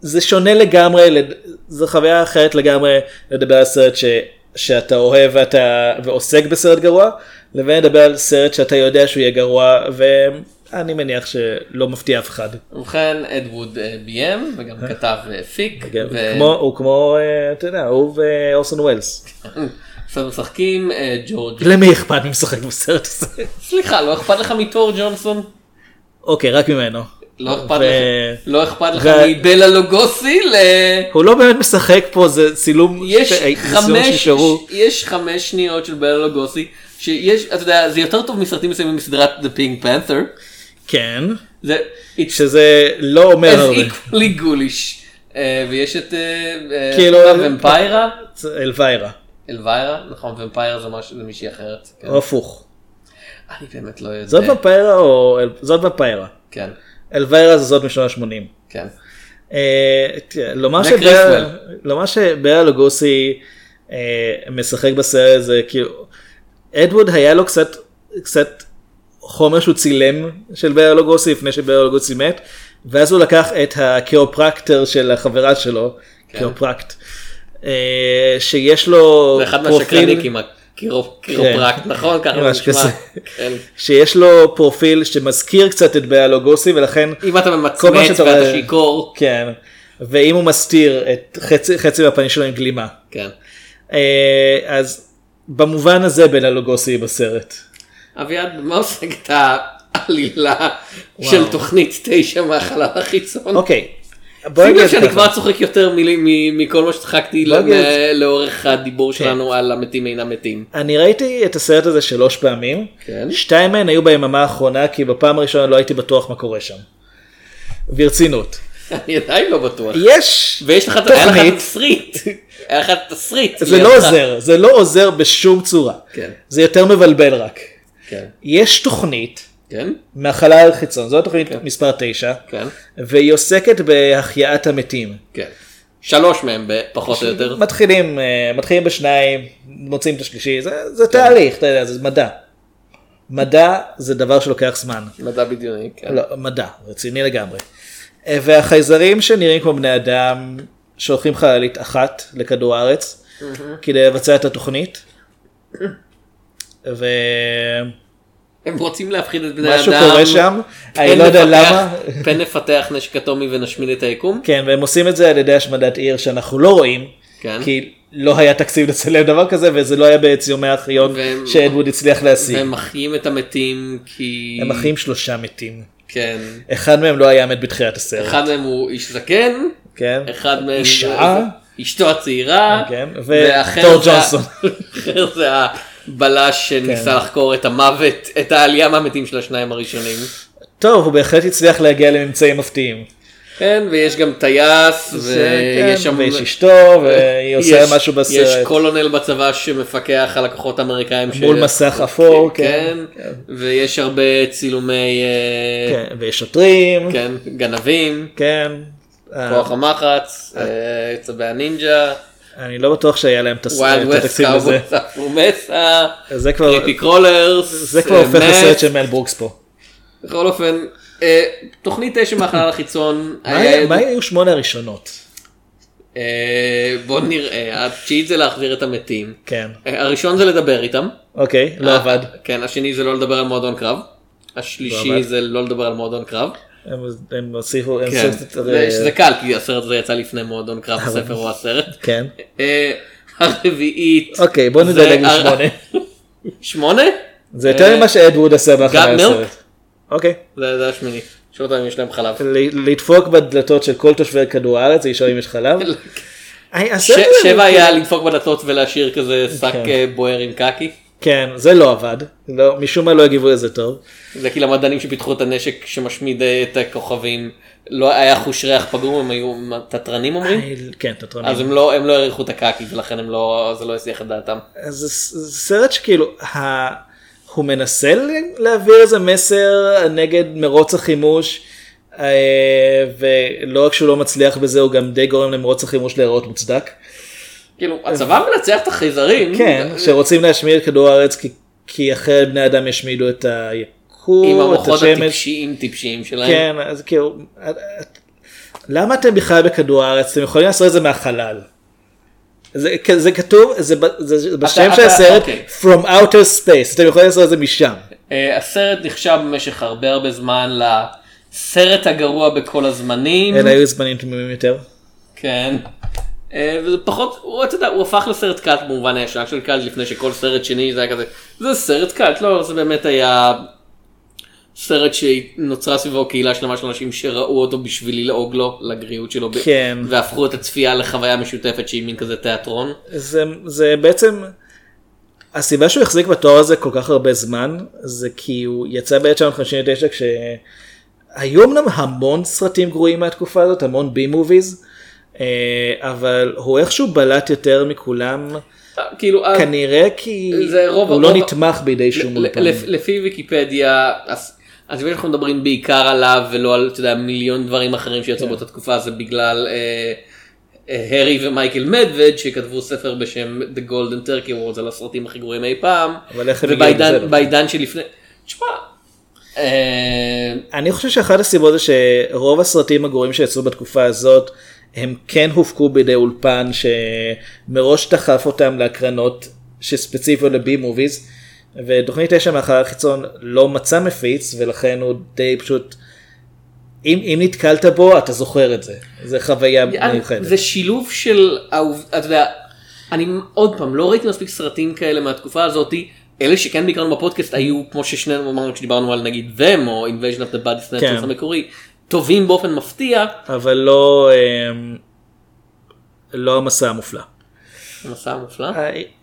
C: זה שונה לגמרי, לד- זו חוויה אחרת לגמרי לדבר על סרט ש... שאתה אוהב ואתה ועוסק בסרט גרוע, לבין לדבר על סרט שאתה יודע שהוא יהיה גרוע, ואני מניח שלא מפתיע אף אחד.
B: ובכן, אדווד אה, ביים וגם כתב והפיק. ו-
C: כמו, כן, הוא כמו, אה, אתה יודע, הוא ואורסון ווילס.
B: עכשיו משחקים אה, ג'ורג'.
C: למי אכפת מי משחק בסרט הזה?
B: סליחה, לא אכפת לך מתור ג'ונסון?
C: אוקיי, רק ממנו.
B: לא אכפת
C: ו-
B: לך- לא אכפת לך
C: ו-
B: מבלה לוגוסי ל...
C: הוא לא באמת משחק פה, זה צילום,
B: יש
C: אה, צילום
B: חמש,
C: שנשארו.
B: יש חמש שניות של בלה לוגוסי, שיש, אתה יודע, זה יותר טוב מסרטים מסוימים מסדרת The Pink Panther.
C: כן,
B: זה it's
C: שזה לא אומר
B: as
C: הרבה.
B: equally ghoulish. אה, ויש את אה, אה,
C: כאילו-
B: ומפיירה,
C: זה אלוויירה,
B: אלוויירה, נכון, ומפיירה זה משהו- זה מישהי אחרת. כן.
C: או הפוך.
B: אני באמת לא יודע.
C: זאת ומפיירה או... אל- זאת ומפיירה.
B: כן,
C: אלוויירה זה זאת משנות ה-80.
B: כן.
C: אה, תראה, לומר
B: זה
C: שבר-
B: קריסוול.
C: לומר שברה לוגוסי אה, משחק בסרט זה כאילו אדווד היה לו קצת קצת חומר שהוא צילם של ברה לוגוסי לפני שברה לוגוסי מת ואז הוא לקח את הקיאופרקטר של החברה שלו
B: כן.
C: קיאופרקט אה, שיש לו
B: זה אחד מהשקרנים
C: פרופיל כן.
B: כמעט. קירו- קירופרקט, נכון? ככה זה
C: ממש כזה.
B: נשמע. כן.
C: שיש לו פרופיל שמזכיר קצת את ברה לוגוסי ולכן
B: אם אתה
C: כל מה
B: ממצמץ
C: שאתה
B: ואתה
C: רואה-
B: שיכור,
C: כן ואם הוא מסתיר את חצי חצי מהפנים שלו עם גלימה.
B: כן.
C: אה, אז במובן הזה בלה לוגוסי היא בסרט.
B: אביעד, במה עוסקת העלילה של תוכנית 9 מהחלל החיצון?
C: אוקיי. בוא
B: שים
C: נגיד
B: לב שאני
C: ככה.
B: כבר צוחק יותר מ- מ- מכל מה שצחקתי
C: בוא נגיד- כן.
B: ל- לאורך הדיבור שלנו על המתים אינם מתים.
C: אני ראיתי את הסרט הזה שלוש פעמים,
B: כן.
C: שתיים מהן היו ביממה האחרונה כי בפעם הראשונה לא הייתי בטוח מה קורה שם. ברצינות.
B: אני עדיין לא בטוח.
C: יש
B: ויש לך, היה לך
C: תוכנית,
B: תסריט, היה לך תסריט.
C: זה לא
B: לידך.
C: עוזר, זה לא עוזר בשום צורה.
B: כן.
C: זה יותר מבלבל רק.
B: כן,
C: יש תוכנית
B: כן,
C: מהחלל החיצון, זו תוכנית מספר 9,
B: כן,
C: והיא עוסקת בהחייאת המתים.
B: כן. שלוש מהם ב- פחות או יותר.
C: מתחילים אה, מתחילים בשניים מוצאים את השלישי זה,
B: כן.
C: זה תהליך אתה יודע, זה מדע. מדע זה דבר שלוקח זמן
B: מדע בדיוני, כן.
C: לא, מדע רציני לגמרי. אה, והחייזרים שנראים כמו בני אדם שולחים חללית אחת לכדור הארץ כדי לבצע את התוכנית. ומשהו
B: הם רוצים להפחיד את בני אדם.
C: קורה שם אני
B: פן
C: לא יודע
B: נפתח-
C: למה
B: פן נפתח נשק אטומי ונשמין את היקום.
C: כן והם עושים את זה על ידי השמדת עיר שאנחנו לא רואים
B: כן.
C: כי לא היה תקציב לצלם דבר כזה וזה לא היה בציומי הארכיון
B: והם-
C: שאדווד הצליח להשיג.
B: והם מחיים את המתים כי...
C: הם אחים שלושה מתים.
B: כן.
C: אחד מהם לא היה מת בתחילת הסרט.
B: אחד מהם הוא איש זקן,
C: כן.
B: אחד מהם...
C: אישה.
B: אשתו הצעירה.
C: כן.
B: והאחר
C: וטור
B: זה ה-
C: ג'ונסון. כן.
B: האחר זה הבלש שניסה לחקור את המוות, את העלייה מהמתים של השניים הראשונים.
C: טוב הוא בהחלט הצליח להגיע לממצאים מפתיעים.
B: כן, ויש גם טייס, ויש שם...
C: כן, ויש אשתו, והיא עושה
B: יש-
C: משהו
B: יש
C: בסרט.
B: קולונל בצבא שמפקח על הכוחות האמריקאים. ש-
C: מול מסך אפור,
B: כן, ויש הרבה צילומי, אה,
C: כן, ויש שוטרים,
B: כן, גנבים,
C: כן. אה,
B: כוח המחץ, אה, צבי הנינג'ה,
C: אני לא בטוח שהיה להם את הס-
B: ווילד
C: את
B: ווסט,
C: התקציב הזה.
B: קאובוס, אפרומסה,
C: זה כבר
B: קריפי קרולרס, אה,
C: זה כבר הופך לסרט של מל ברוקס פה.
B: בכל אופן, אה, תוכנית 9 מהחלל החיצון,
C: מה
B: היה-
C: היה- מה היו שמונה הראשונות?
B: אה, בוא נראה, התשיעית זה להחזיר את המתים,
C: כן.
B: אה, הראשון זה לדבר איתם,
C: אוקיי, לא
B: אה,
C: עבד.
B: כן, השני זה לא לדבר על מועדון קרב,
C: לא
B: השלישי
C: עבד.
B: זה לא לדבר על מועדון קרב,
C: הם- הם הוסיפו, הם
B: כן,
C: הוסיפו את
B: זה-
C: ה-
B: שזה קל כי הסרט הזה יצא לפני מועדון קרב הספר או הסרט.
C: כן.
B: אה, הרביעית.
C: אוקיי, בוא
B: זה אה,
C: נדלג
B: הר-
C: לשמונה.
B: שמונה?
C: זה יותר ממה שאד ווד עשה בהתחלה
B: גם מילק?
C: הסרט. אוקיי.
B: זה זה השמיני. שואל אותם אם יש להם חלב.
C: ל- לדפוק בדלתות של כל תושבי כדור הארץ, לשאול אם יש חלב. היי,
B: ש-
C: הסרט הזה- כאילו-
B: שבע היה לדפוק בדלתות ולהשאיר כזה שק
C: כן.
B: אה, בוער עם קקי.
C: כן, זה לא עבד. לא- משום מה לא הגיבו לזה טוב.
B: זה כאילו המדענים שפיתחו את הנשק שמשמיד אה, את הכוכבים. לא היה חוש ריח פגום, הם היו תתרנים אומרים?
C: היי, כן, תתרונים.
B: אה, אז הם לא הם לא העריכו את הקקי ולכן הם לא, זה לא הסיח את דעתם.
C: אז זה ס- זה סרט שכאילו ה... הוא מנסה ל- להעביר איזה מסר נגד מרוץ החימוש אה, ולא רק שהוא לא מצליח בזה הוא גם די גורם למרוץ החימוש להיראות מוצדק.
B: כאילו הצבא מנצח את החייזרים.
C: אה,
B: אה,
C: כן, שרוצים להשמיד את כדור הארץ כי, כי אחרת בני אדם ישמידו את
B: עם
C: היקום, את
B: המוחות
C: השמש.
B: הטיפשיים טיפשיים שלהם.
C: כן, אז כאילו, את- את- למה אתם בכלל בכדור הארץ? אתם יכולים לעשות את זה מהחלל. זה, כן, זה כתוב, זה, ב- זה בשם
B: אתה-
C: של הסרט,
B: אוקיי.
C: From Outer Space, אתם יכולים לעשות את זה משם.
B: אה, הסרט נחשב במשך הרבה הרבה זמן לסרט הגרוע בכל הזמנים.
C: אלה היו זמנים תמימים יותר.
B: כן. אה, וזה פחות, הוא, אתה יודע, הוא הפך לסרט קאט במובן הישן של קאט לפני שכל סרט שני זה היה כזה, זה סרט קאט, לא, זה באמת היה סרט שנוצרה סביבו קהילה שלמה של אנשים שראו אותו בשביל ללעוג לו, לגריעות שלו, ב-
C: כן.
B: והפכו את הצפייה לחוויה משותפת שהיא מין כזה תיאטרון.
C: זה, זה בעצם, הסיבה שהוא החזיק בתואר הזה כל כך הרבה זמן, זה כי הוא יצא ב-1959 כש... היו אמנם המון סרטים גרועים מהתקופה הזאת, המון בי מוביז, אבל הוא איכשהו בלט יותר מכולם,
B: אה, כאילו, אז-
C: כנראה כי
B: זה רוב-
C: הוא לא
B: רוב-
C: נתמך בידי שום
B: ל-
C: אולפן.
B: לפ- לפי ויקיפדיה, אז אז אם אנחנו מדברים בעיקר עליו ולא על אתה יודע, מיליון דברים אחרים שיצאו
C: כן.
B: באותה תקופה זה בגלל אה, אה, הרי ומייקל מדווד שכתבו ספר בשם The Golden Turkey Awards על הסרטים הכי גרועים אי פעם.
C: אבל איך הם הגיעו לזה?
B: ובעידן שלפני, תשמע, אה,
C: אני חושב שאחת הסיבות זה שרוב הסרטים הגרועים שיצאו בתקופה הזאת, הם כן הופקו בידי אולפן שמראש דחף אותם להקרנות שספציפיות לבי מוביז, ותוכנית 9 מאחר החיצון לא מצא מפיץ, ולכן הוא די פשוט, אם, אם נתקלת בו אתה זוכר את זה, זה חוויה
B: אני-
C: מיוחדת.
B: זה שילוב של, העוב- אתה יודע, אני עוד פעם לא ראיתי מספיק סרטים כאלה מהתקופה הזאתי. אלה שכן ביקרנו בפודקאסט היו כמו ששנינו אמרנו כשדיברנו על נגיד them או invasion of the body snatchers
C: כן.
B: המקורי טובים באופן מפתיע
C: אבל לא, אמ, לא המסע המופלא.
B: מסע מופלא.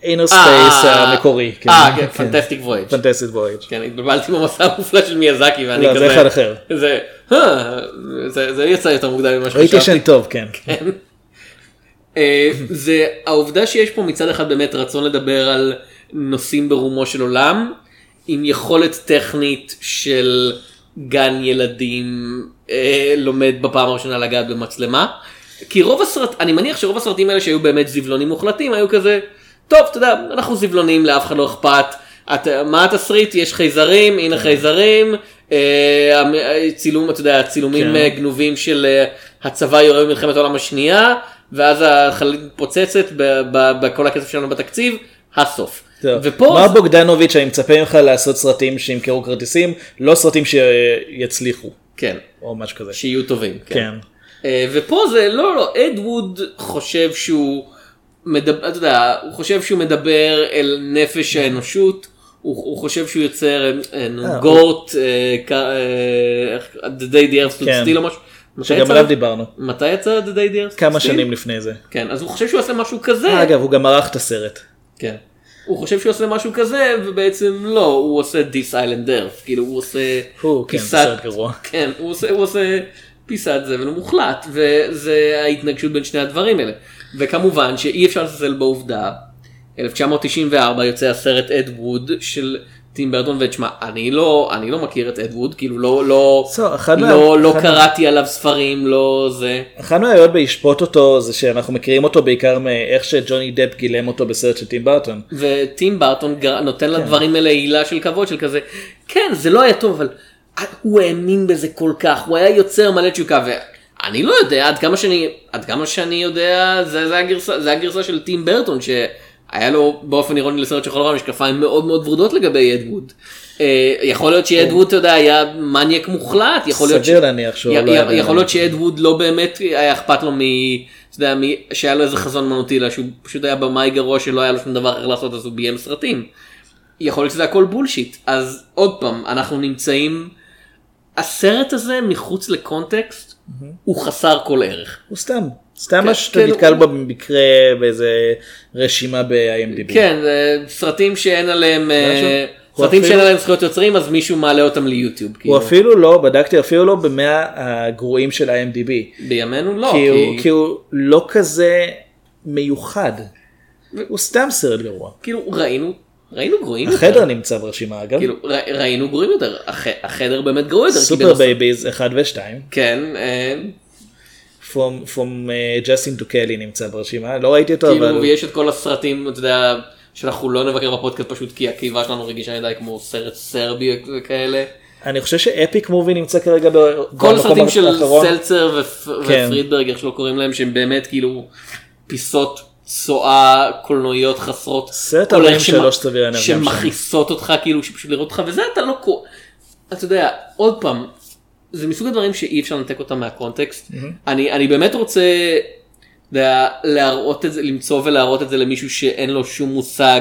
C: אינר ספייס אה, המקורי. כן.
B: אה כן פנטסטיק ווייג'
C: פנטסטיק בויג'.
B: כן התבלבלתי במסע המופלא של מיאזקי ואני
C: לא,
B: כזה
C: זה אחד אחר.
B: זה, "אה, זה זה יצא יותר מוקדם ממה
C: ראיתי
B: שחשבתי.
C: שם טוב, כן.
B: אה, זה העובדה שיש פה מצד אחד באמת רצון לדבר על נושאים ברומו של עולם, עם יכולת טכנית של גן ילדים אה, לומד בפעם הראשונה לגעת במצלמה. כי רוב הסרט, אני מניח שרוב הסרטים האלה שהיו באמת זבלונים מוחלטים היו כזה, טוב, אתה יודע, אנחנו זבלונים, לאף אחד לא אכפת. את, מה התסריט? יש חייזרים, הנה חייזרים, אה, המ- אה, צילום, אתה יודע, צילומים
C: כן.
B: אה, גנובים של אה, הצבא יורה במלחמת העולם השנייה, ואז החללית מתפוצצת ב- ב- בכל הכסף שלנו בתקציב, הסוף.
C: טוב.
B: ופה,
C: מה בוגדנוביץ' אני מצפה ממך לעשות סרטים שימכרו כרטיסים, לא סרטים שיצליחו,
B: כן,
C: או משהו כזה.
B: שיהיו טובים. כן.
C: כן.
B: אה, ופה זה לא לא אד ווד חושב שהוא מדבר אתה יודע הוא חושב שהוא מדבר אל נפש האנושות הוא, הוא חושב שהוא יוצר אה, אה, נו,
C: אה,
B: גורט אה, ק- אה, איך- The Day the Earth Stood
C: כן.
B: Still או משהו. מתי
C: שגם
B: יצא-
C: עליו דיברנו.
B: מתי יצא The Day the Earth Stood
C: כמה
B: Still?
C: שנים לפני זה.
B: כן אז הוא חושב שהוא עושה משהו כזה.
C: אגב, הוא גם ערך את הסרט.
B: כן. הוא חושב שהוא עושה משהו כזה ובעצם לא הוא עושה This Island Earth כאילו הוא עושה
C: הוא, כן, זה
B: פיסת-
C: סרט גרוע.
B: כן, הוא עושה, הוא עושה פיסת זבל מוחלט, וזה ההתנגשות בין שני הדברים האלה. וכמובן שאי אפשר לזלזל בעובדה, 1994 יוצא הסרט אד ווד של טים ברטון, ותשמע, אני לא, אני לא מכיר את אד ווד, כאילו לא, לא,
C: So, אחד מה-
B: לא, לא
C: אחד-
B: קראתי עליו ספרים, לא זה.
C: אחת מהבעיות בלשפוט אותו זה שאנחנו מכירים אותו בעיקר מאיך שג'וני דפ גילם אותו בסרט של טים בארטון.
B: וטים ברטון גר- נותן
C: כן.
B: לדברים האלה עילה של כבוד של כזה כן זה לא היה טוב אבל הוא האמין בזה כל כך הוא היה יוצר מלא תשוקה ואני לא יודע עד כמה שאני עד כמה שאני יודע זה, זה הגרסה זה הגרסה של טים ברטון שהיה לו באופן אירוני לסרט שחור לבן משקפיים מאוד מאוד ורודות לגבי אדווד. אה, יכול להיות שאדווד אתה יודע היה מניאק מוחלט יכול להיות
C: כן. סביר להניח שהוא
B: י-
C: לא היה
B: י- יכול
C: בן
B: להיות שאד ווד לא באמת היה אכפת לו מ... אתה יודע, מ- שהיה לו איזה חזון אמנותי, אלא שהוא פשוט היה במאי גרוע שלא היה לו שום דבר אחר לעשות אז הוא ביים סרטים. יכול להיות שזה הכל בולשיט. אז עוד פעם, אנחנו נמצאים... הסרט הזה מחוץ לקונטקסט הוא חסר כל ערך.
C: הוא סתם, סתם
B: כן,
C: משהו שאתה
B: כן,
C: נתקל
B: הוא-
C: בו במקרה באיזה רשימה ב-IMDb.
B: כן, אה, סרטים שאין עליהם... אה,
C: משהו? הוא
B: סרטים
C: אפילו-
B: שאין עליהם זכויות יוצרים אז מישהו מעלה אותם ליוטיוב.
C: הוא
B: כאילו.
C: אפילו לא, בדקתי אפילו לא במאה הגרועים של IMDb.
B: בימינו לא.
C: כי הוא-
B: כי-
C: כי הוא לא כזה מיוחד. הוא סתם סרט גרוע.
B: כאילו ראינו ראינו גרועים. יותר.
C: החדר נמצא ברשימה אגב.
B: כאילו ר- ראינו גרועים יותר, הח- החדר באמת גרוע יותר. כי
C: סופר
B: בנוסף-
C: בייביז 1 ו-2.
B: כן, אה,
C: From, from uh, Justin to Kelly נמצא ברשימה, לא ראיתי אותו אבל...
B: כאילו ויש את כל הסרטים, אתה יודע, שאנחנו לא נבקר בפודקאסט פשוט כי הקיבה שלנו רגישה מדי כמו סרט סרבי וכאלה.
C: אני חושב שאפיק מובי נמצא כרגע ב...
B: כל
C: במקום
B: הסרטים של
C: האחרון.
B: סלצר ופ-
C: כן.
B: ופרידברג, איך שלא קוראים להם, שהם באמת כאילו פיסות צואה קולנועיות חסרות.
C: סרט
B: הולך
C: 43
B: שמ-
C: סביר להניח גם שם.
B: שמכעיסות אותך כאילו שפשוט לראות אותך וזה אתה לא קורא. אתה יודע עוד פעם זה מסוג הדברים שאי אפשר לנתק אותם מהקונטקסט אני אני באמת רוצה. אתה יודע, להראות את זה למצוא ולהראות את זה למישהו שאין לו שום מושג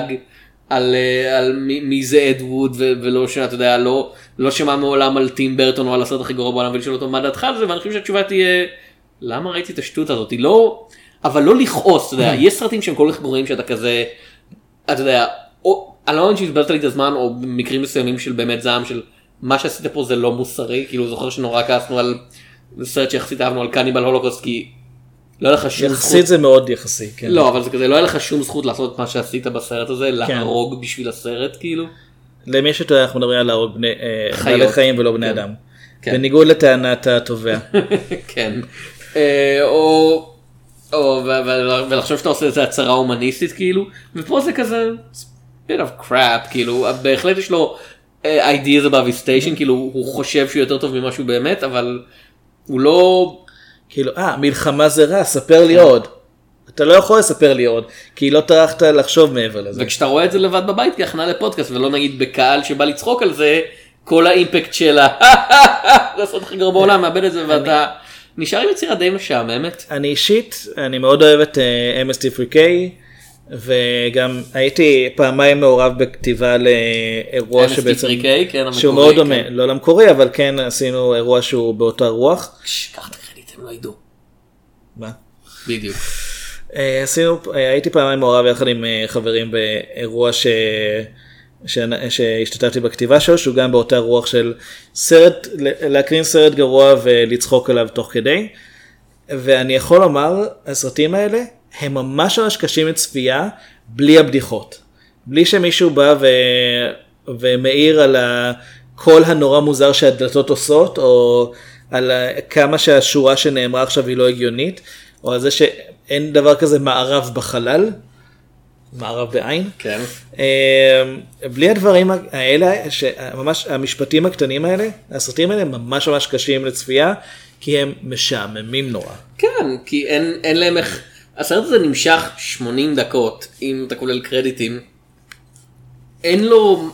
B: על, אה, על מי, מי זה אד ווד ו- ולא שאתה יודע לא לא שמע מעולם על טים ברטון או על הסרט הכי גרוע בעולם ולשאול אותו מה דעתך על זה ואני חושב שהתשובה תהיה למה ראיתי את השטות הזאת היא לא אבל לא לכעוס אתה
C: Mm.
B: יודע יש סרטים שהם כל כך גרועים שאתה כזה אתה יודע, או, אני לא מאמין שהתבלת לי את הזמן, או במקרים מסוימים של באמת זעם של מה שעשית פה זה לא מוסרי, כאילו זוכר שנורא כעסנו על זה סרט שיחסית אהבנו על קניבל הולוקוסט, כי לא היה לך שום
C: יחסית
B: זכות,
C: זה מאוד יחסי, כן.
B: לא אבל זה כזה, לא היה לך שום זכות לעשות את מה שעשית בסרט הזה,
C: כן.
B: להרוג בשביל הסרט כאילו,
C: למי שאתה אנחנו מדברים על להרוג בני אה,
B: חיות.
C: בעלי חיים ולא בני
B: כן.
C: אדם.
B: כן.
C: בניגוד לטענת התובע.
B: כן, אה, או, או ו- ו- ולחשוב שאתה עושה איזה הצהרה הומניסטית כאילו, ופה זה כזה, it's a bit of crap כאילו, בהחלט יש לו אה, ideas about his station, כאילו הוא חושב שהוא יותר טוב ממה שהוא באמת, אבל הוא לא,
C: כאילו, אה, מלחמה זה רע, ספר לי עוד. אתה לא יכול לספר לי עוד, כי לא טרחת לחשוב מעבר לזה.
B: וכשאתה רואה את זה לבד בבית כהכנה לפודקאסט ולא נגיד בקהל שבא לצחוק על זה כל האימפקט של ה... זה הסרט הכי גרוע בעולם מאבד את זה ואתה נשאר עם יצירה די משעממת.
C: אני אישית, אני מאוד אוהב את אה, MST3K, וגם הייתי פעמיים מעורב בכתיבה לאירוע
B: MST3K,
C: שבעצם,
B: כן, המקורי,
C: שהוא מאוד
B: כן.
C: דומה, לא למקורי, אבל כן עשינו אירוע שהוא באותה רוח.
B: ש, קח את הקרדיט הם לא ידעו.
C: מה?
B: בדיוק.
C: אה, עשינו, אה, הייתי פעמיים מעורב יחד עם אה, חברים באירוע ש... ש... שהשתתפתי בכתיבה שלו, שהוא גם באותה רוח של סרט, להקרין סרט גרוע ולצחוק עליו תוך כדי. ואני יכול לומר, הסרטים האלה הם ממש ממש קשים לצפייה בלי הבדיחות. בלי שמישהו בא ו... ומעיר על הקול הנורא מוזר שהדלתות עושות, או על ה- כמה שהשורה שנאמרה עכשיו היא לא הגיונית, או על זה שאין דבר כזה מערב בחלל, מערב בעין.
B: כן.
C: אמ, בלי הדברים האלה, שממש המשפטים הקטנים האלה, הסרטים האלה ממש ממש קשים לצפייה, כי הם משעממים נורא.
B: כן, כי אין, אין להם איך... הסרט הזה נמשך 80 דקות, אם אתה כולל קרדיטים. אין לו...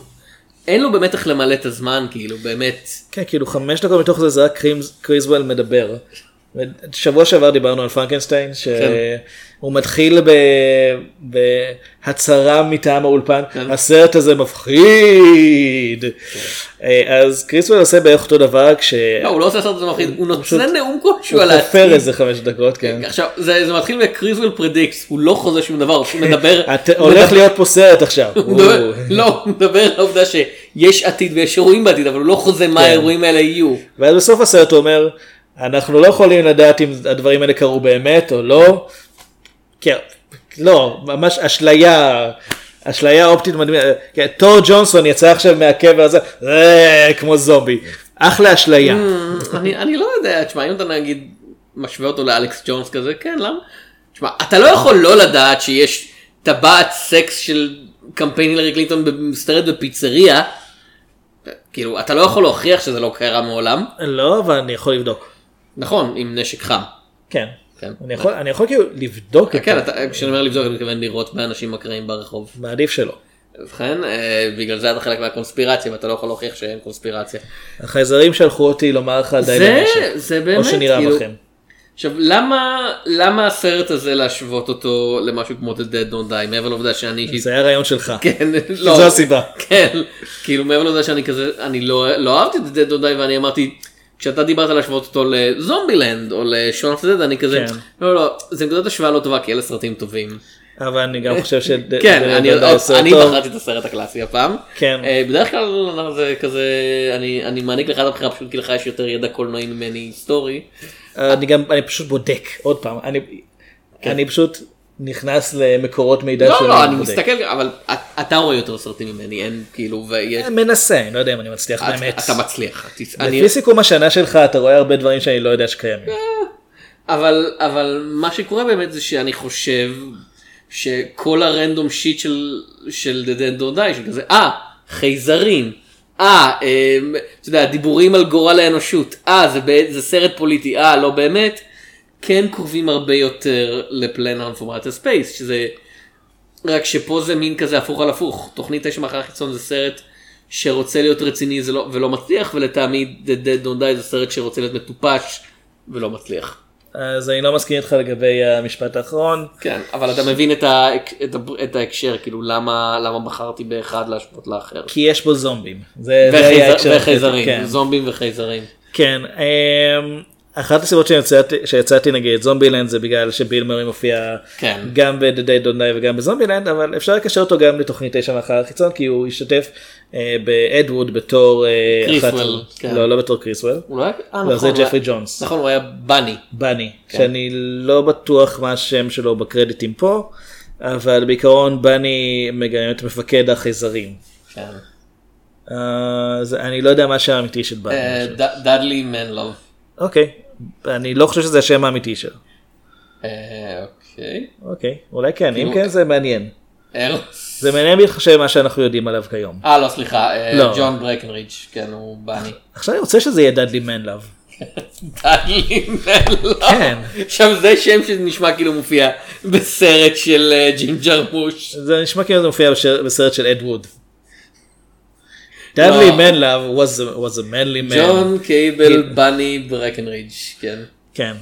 B: אין לו באמת איך למלא את הזמן, כאילו, באמת.
C: כן, כאילו חמש דקות מתוך זה זה רק קרימס- קריזוול מדבר. שבוע שעבר דיברנו על פרנקנשטיין,
B: כן.
C: שהוא מתחיל ב- בהצהרה מטעם האולפן,
B: כן.
C: הסרט הזה מפחיד. אה, אז קריזוול עושה בערך אותו דבר כש...
B: לא, הוא לא עושה סרט הזה מפחיד, הוא
C: פשוט-
B: נותן נאום כלשהו
C: הוא
B: על
C: חופר
B: העתיד.
C: איזה חמש דקות, כן.
B: עכשיו, זה, זה מתחיל בקריזוול פרדיקס, הוא לא חוזה שום דבר, הוא פשוט כן. מדבר...
C: את- הולך להיות פה סרט עכשיו.
B: הוא מדבר-
C: וואו.
B: לא, הוא מדבר על העובדה
C: כן.
B: שיש עתיד ויש אירועים בעתיד, אבל הוא לא חוזה מה האירועים האלה יהיו.
C: ואז בסוף הסרט הוא אומר, אנחנו לא יכולים לדעת אם הדברים האלה קרו באמת או לא. כן, לא, ממש אשליה, אשליה אופטית מדהימה. כן, תור ג'ונסון יצא עכשיו מהקבר הזה, אה, כמו זומבי. אחלה אשליה.
B: אני, אני לא יודע, תשמע, אם אתה נגיד משווה אותו לאלכס ג'ונס כזה, כן, למה? תשמע, אתה לא יכול לא לדעת שיש טבעת סקס של קמפיין הילרי קלינטון במסתרת בפיצריה, כאילו, אתה לא יכול להוכיח שזה לא קרה מעולם,
C: לא, אבל אני יכול לבדוק.
B: נכון, עם נשק חם.
C: כן.
B: כן.
C: אני יכול- אני יכול כאילו לבדוק את
B: כן,
C: זה.
B: אתה- כשאני אומר לבדוק, אני מתכוון לראות באנשים אקראיים ברחוב.
C: מעדיף שלא.
B: ובכן, אה, בגלל זה אתה חלק מהקונספירציה, ואתה לא יכול להוכיח שאין קונספירציה.
C: החייזרים שלחו אותי לומר לך די
B: זה,
C: לנשק.
B: זה באמת,
C: או שנראה
B: כאילו,
C: בכם.
B: עכשיו, למה, למה הסרט הזה להשוות אותו למשהו כמו The Dead Don't Die, מעבר לעובדה שאני אישית,
C: זה היה רעיון שלך.
B: כן, לא,
C: זו הסיבה.
B: כן, כאילו מעבר לעובדה שאני כזה, אני לא לא אהבתי את The Dead Don't Die, ואני אמרתי, כשאתה דיברת להשוות אותו לזומבילנד, או לשון אוף דד, אני כזה,
C: כן.
B: לא, לא, זה נקודת השוואה לא טובה, כי אלה סרטים טובים.
C: אבל אני גם חושב ש...
B: כן,
C: זה-
B: אני-
C: זה- זה סרט
B: אני
C: טוב.
B: בחרתי את הסרט הקלאסי הפעם.
C: כן.
B: אה, בדרך כלל זה כזה, אני אני מעניק לך את הבחירה פשוט כי לך יש יותר ידע קולנועי ממני היסטורי.
C: כן, אני גם, אני פשוט בודק, עוד פעם, אני- אני פשוט נכנס למקורות מידע
B: כן. לא,
C: שלי,
B: לא, אני
C: בודק.
B: מסתכל, אבל את- אתה רואה יותר סרטים ממני, אין כאילו, ויש,
C: מנסה, אני לא יודע אם אני מצליח
B: את-
C: באמת.
B: אתה מצליח. את- אני-
C: לפי סיכום השנה שלך אתה רואה הרבה דברים שאני לא יודע שקיימים.
B: אבל אבל מה שקורה באמת זה שאני חושב שכל הרנדום שיט של של The Dead Don't Die, של כזה, אה, חייזרים, אה, אמ, אתה יודע, דיבורים על גורל האנושות, אה, זה בע- זה סרט פוליטי, אה, לא באמת, כן קרובים הרבה יותר לפלנר פורמט הספייס, שזה, רק שפה זה מין כזה הפוך על הפוך, תוכנית תשע מאחורי החיצון זה סרט שרוצה להיות רציני זה לא- ולא מצליח, ולטעמי The Dead Don't Die זה סרט שרוצה להיות מטופש ולא מצליח.
C: אז אני לא מסכים איתך לגבי המשפט האחרון.
B: כן, אבל אתה מבין את, ה, את, ה, את ההקשר, כאילו למה, למה בחרתי באחד להשוות לאחר.
C: כי יש בו זומבים. זה זה היה
B: וחייזר-
C: ההקשר הקטע,
B: וחייזרים,
C: כן.
B: זומבים וחייזרים.
C: כן, אמ, אחת הסיבות שיצאתי, שיצאתי נגד זומבילנד זה בגלל שביל מרי מופיע
B: כן.
C: גם ב-The Day Don't Die וגם בזומבילנד, אבל אפשר לקשר אותו גם לתוכנית 9 מאחר החיצון, כי הוא השתתף אה, באדווד בתור... אה,
B: קריסוול,
C: אחת-
B: כן.
C: לא, לא בתור קריסוול.
B: הוא לא היה... אה,
C: לא,
B: נכון,
C: זה
B: הוא היה-
C: ג'פרי ג'ונס.
B: נכון, הוא היה בני.
C: בני,
B: כן.
C: שאני לא בטוח מה השם שלו בקרדיטים פה, אבל בעיקרון בני מגלם את מפקד החייזרים.
B: כן.
C: אה, זה- אני לא יודע מה השם האמיתי של בני.
B: אה, ד- דאדלי מנלוב.
C: אוקיי, אני לא חושב שזה השם האמיתי שלו.
B: אה, אוקיי.
C: אוקיי, אולי כן, אם
B: כאילו-
C: כן זה מעניין.
B: ארלס.
C: זה מעניין בהתחשב מה שאנחנו יודעים עליו כיום.
B: אה, לא, סליחה, אה,
C: לא.
B: ג'ון ברקנרידג', כן, הוא בני.
C: עכשיו אני רוצה שזה יהיה דאדלי מנלאב.
B: דאדלי מנלוב.
C: כן.
B: עכשיו זה שם שנשמע כאילו מופיע בסרט של אה, ג'ים ג'רמוש.
C: זה נשמע כאילו זה מופיע בשר- בסרט של אד ווד. דאדלי
B: לא.
C: מנלאב was a- was a manly man.
B: ג'ון קייבל בני ברקנרידג', כן.
C: כן.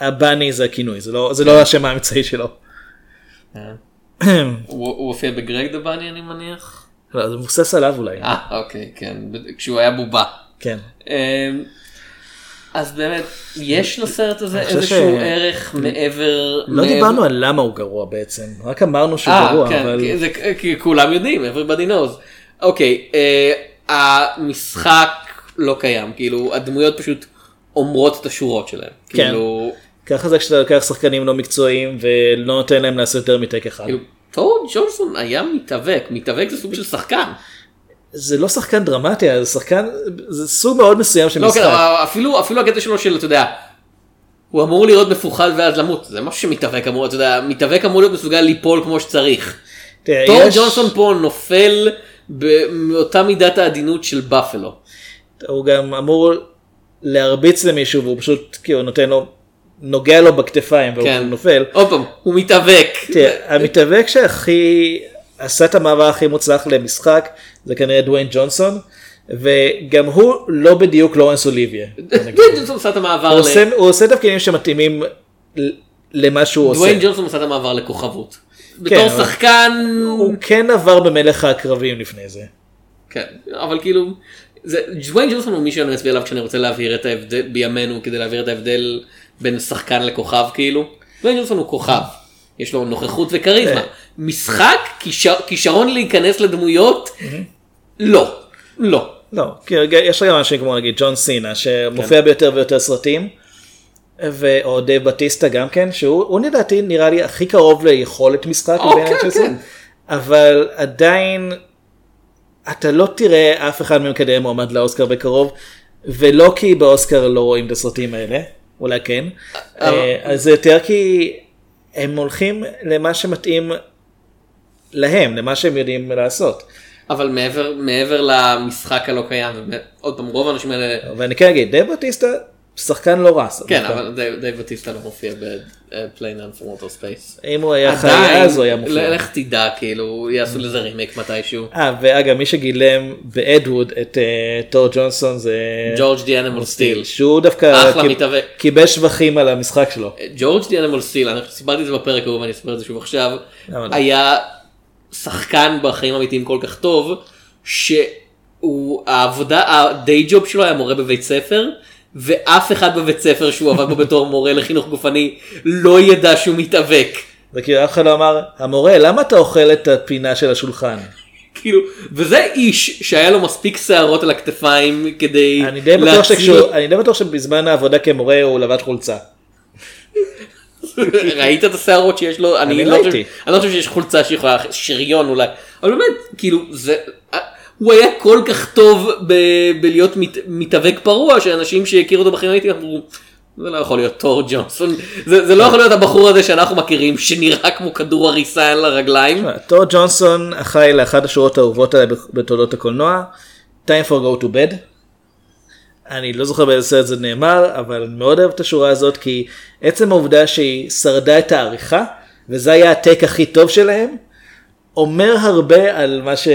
C: הבאני זה הכינוי, זה לא- זה לא השם האמצעי שלו.
B: הוא הוא הופיע בגרג דה בני אני מניח?
C: לא, זה מבוסס עליו אולי.
B: אה אוקיי כן ב- כשהוא היה בובה.
C: כן.
B: אמ, אז באמת יש לסרט הזה
C: חושב
B: איזשהו
C: ש-
B: ערך מעבר.
C: לא
B: מעבר-
C: דיברנו על למה הוא גרוע בעצם, רק אמרנו שהוא
B: אה,
C: גרוע,
B: כן,
C: אבל...
B: כי זה- כי כולם יודעים everybody knows. אוקיי אה, המשחק לא קיים כאילו הדמויות פשוט אומרות את השורות שלהם.
C: כן.
B: כאילו
C: ככה זה כשאתה לוקח שחקנים לא מקצועיים ולא נותן להם לעשות יותר מטייק אחד.
B: כאילו, טוד ג'ונסון היה מתאבק מתאבק זה סוג של שחקן.
C: זה לא שחקן דרמטיה, זה שחקן, זה סוג מאוד מסוים של
B: לא, כן,
C: משחק.
B: אבל אפילו, אפילו הקטע שלו של, אתה יודע, הוא אמור להיות מפוחד ואז למות, זה משהו שמתאבק אמור, אתה יודע, מתאבק אמור להיות מסוגל ליפול כמו שצריך.
C: תראה,
B: תור
C: אה, יש-
B: ג'ונסון פה נופל ב- מאותה מידת העדינות של בפלו.
C: הוא גם אמור להרביץ למישהו והוא פשוט כאילו נותן לו, נוגע לו בכתפיים והוא
B: כן.
C: נופל.
B: עוד פעם, הוא מתאבק.
C: תראה, המתאבק שהכי עשה את המעבר הכי מוצלח למשחק זה כנראה דוויין ג'ונסון וגם הוא לא בדיוק לורנס אוליביה.
B: דוויין ג'ונסון עשה את המעבר
C: הוא
B: ל...
C: עושה- הוא עושה תפקידים שמתאימים ל- למה שהוא עושה. כן,
B: דוויין ג'ונסון עשה את המעבר לכוכבות. בתור
C: אבל-
B: שחקן...
C: הוא כן עבר במלך הקרבים לפני זה.
B: כן, אבל כאילו, זה, דוויין ג'ונסון הוא מי שאני מצביע עליו כשאני רוצה להבהיר את ההבדל, בימינו כדי להבהיר את ההבדל בין שחקן לכוכב כאילו. דוויין ג'ונסון הוא כוכב, יש לו נוכחות
C: כן.
B: וכריזמה. משחק, כישר- כישרון להיכנס לדמויות,
C: Mm-hmm.
B: לא, לא.
C: לא, כי רגע- יש גם אנשים כמו נגיד ג'ון סינה שמופיע ביותר ויותר סרטים ואו דייב בטיסטה גם כן, שהוא הוא לדעתי נראה לי הכי קרוב ליכולת משחק.
B: אה,
C: מבין
B: כן,
C: האנשים.
B: כן.
C: אבל עדיין אתה לא תראה אף אחד מהם כנראה מועמד לאוסקר בקרוב, ולא כי באוסקר לא רואים את הסרטים האלה, אולי כן, אה, אז זה יותר כי הם הולכים למה שמתאים להם, למה שהם יודעים לעשות.
B: אבל מעבר, מעבר למשחק הלא קיים, עוד פעם, רוב האנשים האלה,
C: ואני כן אגיד, דייב בטיסטה שחקן לא רע. סבבה.
B: כן, אבל די- דייב בטיסטה לא מופיע אה, ב-Plane from Outer Space.
C: אם הוא היה חי אז הוא היה מופיע.
B: לך תדע, כאילו, יעשו לזה רימיק מתישהו.
C: אה, ואגב, מי שגילם באדווד את אה, תור ג'ונסון זה...
B: ג'ורג' די אנימל סטיל.
C: שהוא דווקא
B: אחלה
C: קיב-
B: מתאבק.
C: קיבל שבחים על המשחק שלו.
B: ג'ורג' די אנימל סטיל, אני סיפרתי את זה בפרק ההוא ואני אספר את זה שוב עכשיו,
C: למה לא?
B: היה שחקן בחיים אמיתיים כל כך טוב, שהוא, העבודה, הדיי ג'וב שלו היה מורה בבית ספר, ואף אחד בבית ספר שהוא עבד בו בתור מורה לחינוך גופני לא ידע שהוא מתאבק.
C: וכאילו אף אחד לא אמר, המורה, למה אתה אוכל את הפינה של השולחן?
B: כאילו, וזה איש שהיה לו מספיק שערות על הכתפיים כדי
C: אני די בטוח שכשהוא- אני די בטוח שבזמן העבודה כמורה הוא לבש חולצה.
B: ראית את השערות שיש לו?
C: אני
B: לא חושב-
C: ראיתי.
B: אני לא חושב שיש חולצה שיכולה, שריון אולי. אבל באמת, כאילו, זה... הוא היה כל כך טוב ב, בלהיות מת, מתאבק פרוע, שאנשים שהכירו אותו בחיים הייתי אמרו, זה לא יכול להיות תור ג'ונסון, זה, זה לא יכול להיות הבחור הזה שאנחנו מכירים, שנראה כמו כדור הריסה על הרגליים.
C: תור ג'ונסון אחראי לאחת השורות האהובות עליי בתולדות הקולנוע, time for go to bed. אני לא זוכר באיזה סרט זה נאמר, אבל אני מאוד אוהב את השורה הזאת, כי עצם העובדה שהיא שרדה את העריכה, וזה היה הטייק הכי טוב שלהם, אומר הרבה על מה, ש...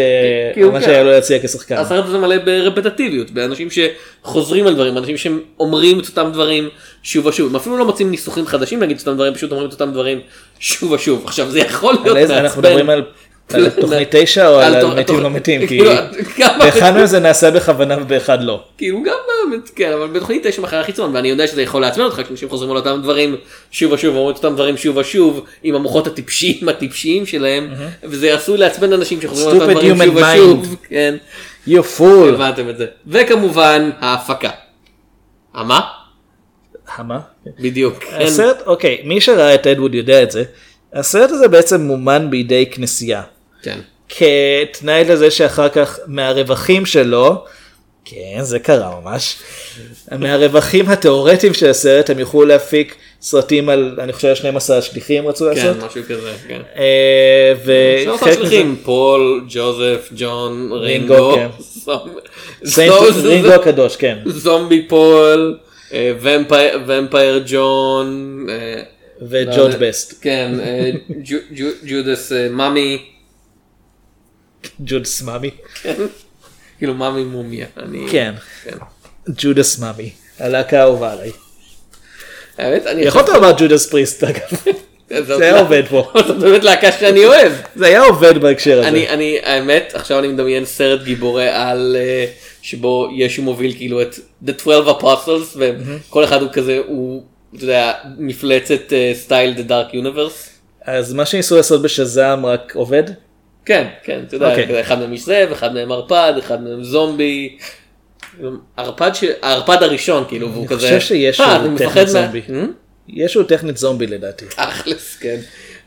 B: כי הוא
C: על מה
B: כן.
C: שהיה לו להציע כשחקן.
B: הסרט הזה מלא ברפטטיביות, באנשים שחוזרים על דברים, אנשים שאומרים את אותם דברים שוב ושוב, הם אפילו לא מוצאים ניסוחים חדשים להגיד את אותם דברים, פשוט אומרים את אותם דברים שוב ושוב. עכשיו זה יכול להיות
C: על איזה, אנחנו מדברים על, על תוכנית 9 או על, על
B: תוכ-
C: מתים
B: תוכ-
C: לא מתים, כי
B: כאילו, גם-
C: באחד מהם זה נעשה בכוונה ובאחד לא.
B: כאילו גם באמת, כן, אבל בתוכנית יש מחאה חיצון, ואני יודע שזה יכול לעצבן אותך כשאנשים חוזרים על אותם דברים שוב ושוב, אומרים את אותם דברים שוב ושוב, עם המוחות הטיפשיים הטיפשיים שלהם, וזה עשוי לעצבן אנשים שחוזרים על אותם
C: Stupid
B: דברים
C: human
B: שוב
C: mind.
B: ושוב, כן,
C: You fool.
B: הבנתם את זה. וכמובן, ההפקה. המה?
C: המה?
B: בדיוק. כן.
C: הסרט, אוקיי, מי שראה את אדווד יודע את זה. הסרט הזה בעצם מומן בידי כנסייה.
B: כן.
C: כתנאי לזה שאחר כך מהרווחים שלו, כן זה קרה ממש, מהרווחים התיאורטיים של הסרט הם יוכלו להפיק סרטים על, אני חושב 12 השליחים רצו
B: כן,
C: לעשות.
B: משהו כזה, כן.
C: אה,
B: שלוש
C: וחלק מזה-
B: השליחים, פול, ג'וזף, ג'ון,
C: רינגו,
B: רינגו,
C: כן.
B: זומ-
C: סיינט
B: זו- זו-
C: רינגו הקדוש, כן.
B: לא, זומבי פול, אה, ומפי- ומפייר ג'ון, אה,
C: וג'ורג'
B: לא,
C: בסט,
B: כן, אה, ג'ו- ג'ו- ג'ודס אה, מאמי,
C: ג'וד סמאמי.
B: כאילו מאמי מומיה, אני,
C: כן,
B: כן.
C: ג'ודס מאמי, הלהקה האהובה עליי.
B: האמת, אני,
C: יכולת לומר ג'ודס פריסט אגב,
B: לא,
C: זה היה עובד פה.
B: זאת באמת להקה שאני אוהב,
C: זה היה עובד בהקשר הזה.
B: אני, אני, האמת, עכשיו אני מדמיין סרט גיבורי על אה, שבו ישו מוביל כאילו את The 12 Apostles, וכל אחד הוא כזה, הוא, אתה יודע, מפלצת אה, סטייל The Dark Universe.
C: אז מה שניסו לעשות בשזאם רק עובד?
B: כן, כן, אתה יודע,
C: אוקיי.
B: כזה, אחד מהם איש זאב, אחד מהם ערפד, אחד מהם זומבי. ערפד, ש... הערפד הראשון, כאילו, והוא כזה...
C: חושב שיש
B: "אה,
C: לו
B: אני
C: טכנית
B: מפחד מה-"
C: זומבי.
B: אה?
C: יש לו טכנית זומבי לדעתי.
B: אכלס, כן.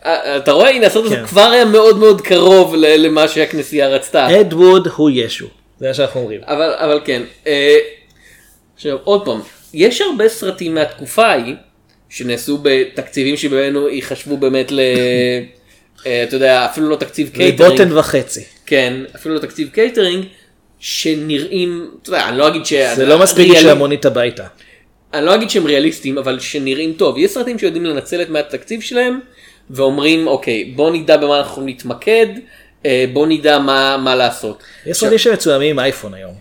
B: אה, אתה רואה, הנה, הסרט הזה
C: כן.
B: כבר היה מאוד מאוד קרוב ל- למה שהכנסייה רצתה.
C: אד ווד הוא ישו, זה מה שאנחנו אומרים.
B: אבל, אבל כן. אה, עכשיו, עוד פעם, יש הרבה סרטים מהתקופה ההיא, שנעשו בתקציבים שבאמת ייחשבו באמת ל... אה, אתה יודע, אפילו לא תקציב קייטרינג.
C: לבוטן וחצי.
B: כן, אפילו לא תקציב קייטרינג, שנראים, אתה יודע, אני לא אגיד ש...
C: זה לא מספיק
B: ריאלי-
C: בשביל המונית הביתה.
B: אני לא אגיד שהם ריאליסטיים, אבל שנראים טוב. יש סרטים שיודעים לנצל את מעט התקציב שלהם, ואומרים, אוקיי, בוא נדע במה אנחנו נתמקד, אה, בוא נדע מה, מה לעשות.
C: יש סרטים שמצוימים עם אייפון היום.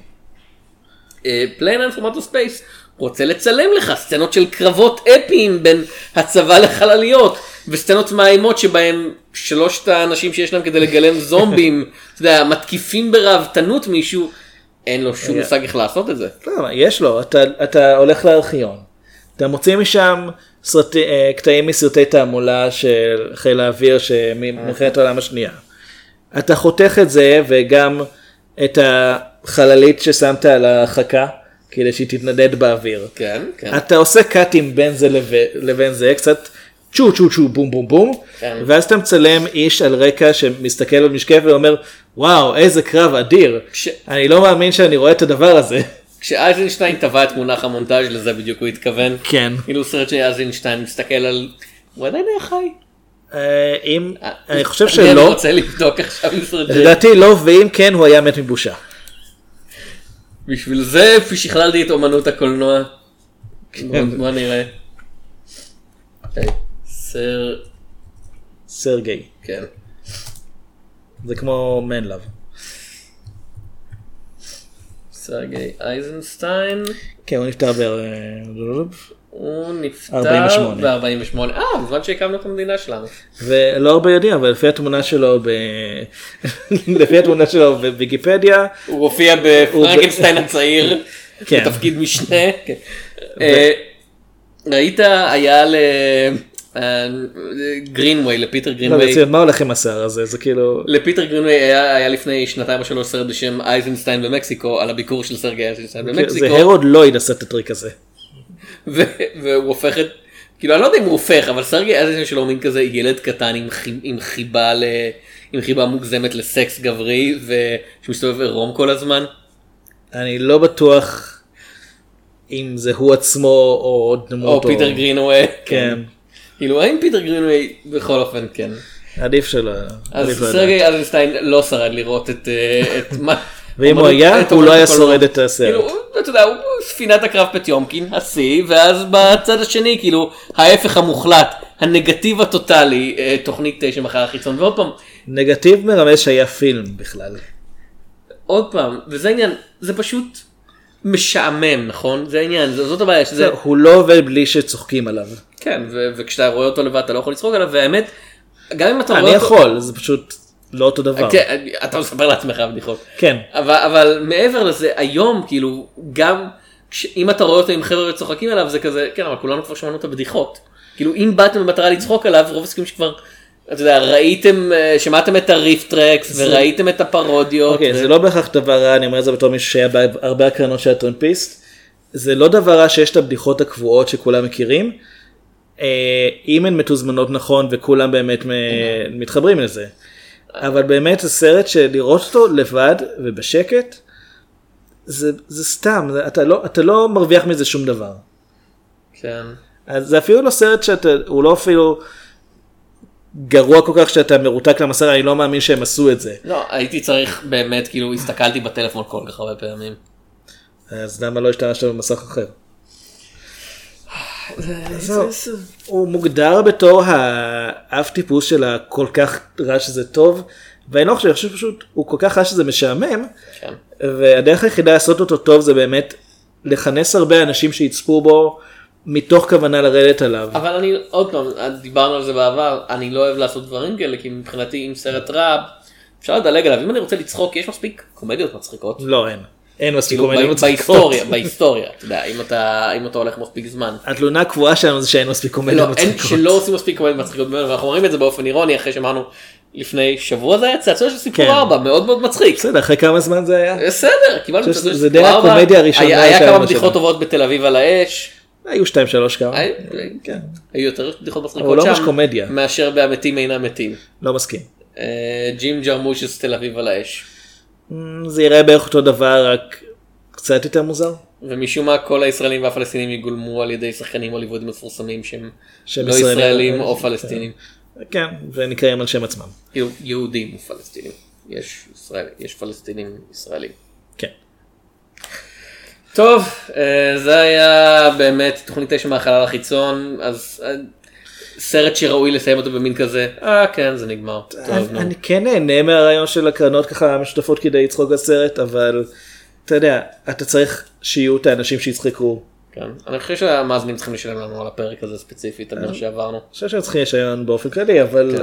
B: אה, פליינן פורמטו ספייס רוצה לצלם לך סצנות של קרבות אפיים בין הצבא לחלליות וסצנות מאיימות שבהם שלושת האנשים שיש להם כדי לגלם זומבים, אתה יודע, מתקיפים בראוותנות מישהו, אין לו
C: אה.
B: שום מושג איך לעשות את זה.
C: לא, אבל יש לו, אתה- אתה הולך לארכיון, אתה מוציא משם סרטי- אה, קטעים מסרטי תעמולה של חיל האוויר ממלחמת
B: אה.
C: העולם השנייה. אתה חותך את זה וגם את החללית ששמת על ההרחקה, כדי שהיא תתנדד באוויר.
B: כן, כן.
C: אתה עושה קאטים בין זה לב- לבין זה, קצת צ'ו צ'ו צ'ו בום בום בום,
B: כן.
C: ואז אתה מצלם איש על רקע שמסתכל על משקף ואומר, וואו, איזה קרב אדיר,
B: ש-
C: אני לא מאמין שאני רואה את הדבר הזה.
B: כשאייזנשטיין טבע את מונח המונטאז' לזה בדיוק הוא התכוון.
C: כן.
B: כאילו סרט של אייזנשטיין מסתכל על... הוא עדיין היה חי.
C: אה, אם, אני חושב
B: אני
C: שלא,
B: רוצה לבדוק עכשיו עם סרט של...
C: לדעתי לא, ואם כן, הוא היה מת מבושה.
B: בשביל זה שכללתי את אומנות הקולנוע.
C: כן.
B: בוא- בוא נראה. אוקיי, סר...
C: סרגי,
B: כן.
C: זה כמו מן לאב.
B: סרגי אייזנשטיין.
C: כן, הוא נפטר ב... אה,
B: הוא נפטר
C: 48.
B: ב-48. אה, בזמן שהקמנו את המדינה שלנו.
C: ולא הרבה יודעים, אבל לפי התמונה שלו ב... לפי התמונה שלו בוויקיפדיה,
B: הוא הופיע בפרנקנשטיין הצעיר,
C: כן.
B: בתפקיד משנה. כן. אה, ראית, היה לגרינווי, לפיטר
C: לא,
B: גרינווי,
C: ברצינות, מה הולך עם השיער הזה? זה כאילו...
B: לפיטר גרינווי היה היה לפני שנתיים או שלוש סרט בשם אייזנשטיין במקסיקו, על הביקור של סרגי אייזנשטיין
C: זה
B: במקסיקו,
C: הרוד לויד עשה את הטריק הזה.
B: ו- והוא הופך את, כאילו אני לא יודע אם הוא הופך, אבל סרגי אייזנשטיין שלו הוא מין כזה ילד קטן עם חי- עם חיבה ל... עם חיבה מוגזמת לסקס גברי ושמסתובב עירום כל הזמן.
C: אני לא בטוח אם זה הוא עצמו או
B: או
C: דמות
B: פיטר גרינווי.
C: כן.
B: כאילו האם פיטר גרינווי בכל אופן כן.
C: עדיף שלא.
B: אז
C: עדיף לא לדעת.
B: סרגי אייזנשטיין לא שרד לראות את אה, את מה.
C: ואם הוא
B: אומנות-
C: היה,
B: את
C: הוא לא היה
B: אומנות הקולנוע.
C: שורד את הסרט.
B: כאילו, הוא- אתה יודע, הוא הוא ספינת הקרב פטיומקין, השיא, ואז בצד השני, כאילו, ההפך המוחלט, הנגטיב הטוטאלי, אה, תוכנית אה, שמחר החיצון, ועוד פעם,
C: נגטיב מרמז שהיה פילם בכלל.
B: עוד פעם, וזה העניין, זה פשוט משעמם, נכון? זה העניין, זו- זאת הבעיה, שזה...
C: זהו, הוא לא עובד בלי שצוחקים עליו.
B: כן, ו- וכשאתה רואה אותו לבד אתה לא יכול לצחוק עליו, והאמת, גם אם אתה רואה
C: אני
B: אותו...
C: יכול, זה פשוט לא אותו דבר.
B: כן, אתה מספר לעצמך בדיחות.
C: כן.
B: אבל, אבל מעבר לזה, היום, כאילו, גם כש- אם אתה רואה אותו עם חבר'ה וצוחקים עליו, זה כזה, כן, אבל כולנו כבר שמענו את הבדיחות. כאילו, אם באתם במטרה לצחוק עליו, רוב הסכמים שכבר, אתה יודע, ראיתם, אה, שמעתם את הריפטרקס, וראיתם את הפרודיות.
C: אוקיי,
B: ו-
C: זה לא בהכרח דבר רע, אני אומר את זה בתור מישהו שהיה בהרבה הקרנות של הטרמפיסט. זה לא דבר רע שיש את הבדיחות הקבועות שכולם מכירים, אה, אם הן מתוזמנות נכון וכולם באמת מ- מתחברים לזה. אבל באמת זה סרט שלראות אותו לבד ובשקט, זה, זה סתם, זה, אתה, לא, אתה לא מרוויח מזה שום דבר.
B: כן.
C: אז זה אפילו לא סרט שאתה, הוא לא אפילו גרוע כל כך שאתה מרותק למסך, אני לא מאמין שהם עשו את זה.
B: לא, הייתי צריך באמת, כאילו, הסתכלתי בטלפון כל כך הרבה פעמים.
C: אז למה לא השתמשת במסך אחר? זהו. הוא מוגדר בתור האב טיפוס של הכל כך רע שזה טוב, ואני לא חושב, אני חושב פשוט, הוא כל כך רע שזה משעמם,
B: כן.
C: והדרך היחידה לעשות אותו טוב זה באמת לכנס הרבה אנשים שיצפו בו מתוך כוונה לרדת עליו.
B: אבל אני, עוד פעם, דיברנו על זה בעבר, אני לא אוהב לעשות דברים כאלה, כי מבחינתי, אם סרט רע, אפשר לדלג עליו. אם אני רוצה לצחוק, יש מספיק קומדיות מצחיקות.
C: לא, אין. אין מספיק
B: כאילו
C: קומדיות
B: ב-
C: מצחיקות.
B: בהיסטוריה, בהיסטוריה, אתה יודע, אם אתה, אם אתה הולך מספיק זמן.
C: התלונה הקבועה שלנו זה שאין מספיק קומדיות
B: לא, אין,
C: מצחיקות.
B: שלא עושים מספיק קומדיות מצחיקות, ואנחנו אומרים את זה באופן אירוני, אחרי שאמרנו לפני שבוע זה היה צעצוע של סיפור
C: כן.
B: 4, מאוד מאוד מצחיק.
C: בסדר, אחרי כמה זמן זה
B: אה?
C: היה?
B: בסדר, קיבלנו
C: אני
B: צעצוע
C: חושב
B: של
C: שזה
B: סיפור
C: די
B: 4,
C: הקומדיה הראשונה
B: היה היה
C: שלנו
B: כמה
C: בשנה.
B: בדיחות טובות בתל אביב על האש,
C: היו שתיים שלוש כמה.
B: היה-
C: כן.
B: היו יותר בדיחות
C: אבל
B: מצחיקות
C: לא ממש
B: שם,
C: קומדיה.
B: מאשר בהמתים אינם מתים.
C: לא מסכים.
B: אה, ג'ים ג'רמושס תל אביב על האש.
C: Mm, זה יראה בערך אותו דבר, רק קצת יותר מוזר.
B: ומשום מה כל הישראלים והפלסטינים יגולמו על ידי שחקנים הוליוודים מפורסמים שהם
C: שהם
B: לא
C: ישראלים.
B: ישראלים או פלסטינים.
C: כן, ונקראים על שם עצמם.
B: כאילו, יהודים ופלסטינים. יש ישראל, יש פלסטינים ישראלים.
C: כן.
B: טוב, אה, זה היה באמת תוכנית 9 מהחלל החיצון, אז אה, סרט שראוי לסיים אותו במין כזה, אה כן זה נגמר, טוב נו.
C: אני כן נהנה מהרעיון של הקרנות ככה משותפות כדי לצחוק בסרט, אבל אתה יודע, אתה צריך שיהיו את האנשים שיצחקו.
B: כן. אני חושב שהמאזינים צריכים לשלם לנו על הפרק הזה ספציפית, על מה שעברנו.
C: אני חושב שהם צריכים לשלם באופן כללי, אבל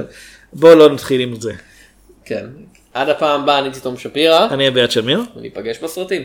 C: בואו לא נתחיל עם זה.
B: כן. עד הפעם הבאה אני הייתי תום שפירא,
C: אני אביעד שמיר.
B: וניפגש בסרטים.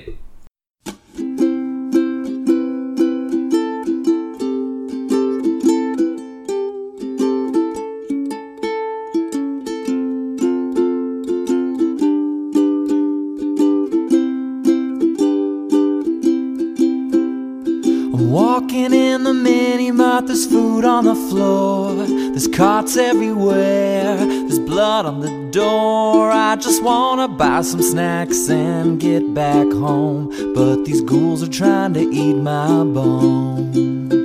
A: mini mart, there's food on the floor. There's carts everywhere, there's blood on the door. I just wanna buy some snacks and get back home. But these ghouls are trying to eat my bones.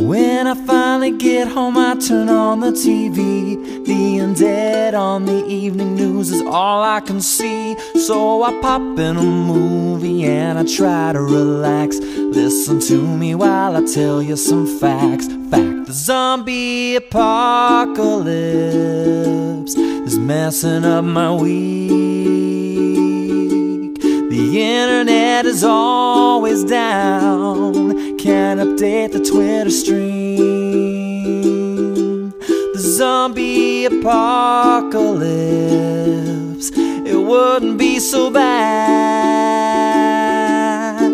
A: When I finally get home, I turn on the TV. The undead on the evening news is all I can see. So I pop in a movie and I try to relax. Listen to me while I tell you some facts. Fact the zombie apocalypse is messing up my week. The internet is always down. Can't update the Twitter stream. The zombie apocalypse, it wouldn't be so bad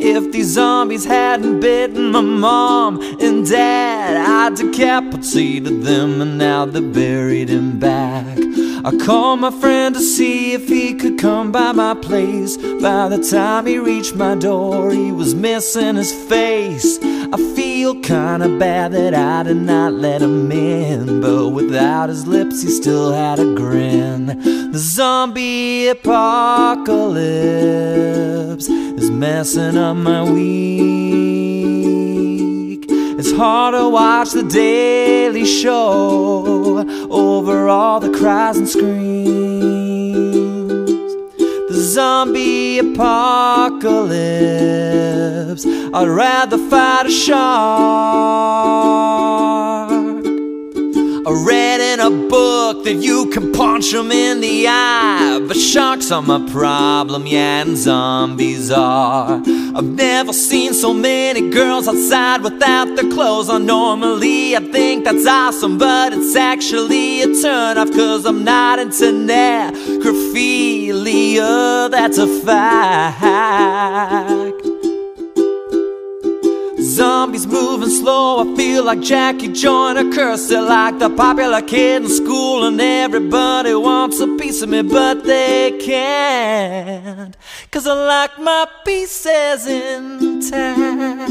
A: if these zombies hadn't bitten my mom and dad. I decapitated them and now they're buried in back. I called my friend to see if he could come by my place. By the time he reached my door, he was missing his face. I feel kinda bad that I did not let him in, but without his lips, he still had a grin. The zombie apocalypse is messing up my week. It's hard to watch the daily show over all the cries and screams. The zombie apocalypse. I'd rather fight a shark. I read in a book that you can punch 'em in the eye. But sharks are my problem, yeah, and zombies are. I've never seen so many girls outside without their clothes on. Normally, I think that's awesome, but it's actually a turnoff, cause I'm not into necrophilia, that's a fact. Zombies moving slow, I feel like Jackie Joyner cursing like the popular kid in school, and everybody wants a piece of me, but they can't. Cause I like my pieces intact.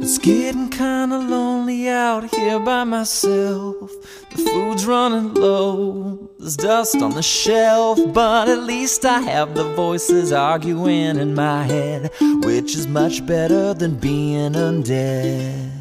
A: It's getting kinda lonely out here by myself. The food's running low, there's dust on the shelf, but at least I have the voices arguing in my head, which is much better than being undead.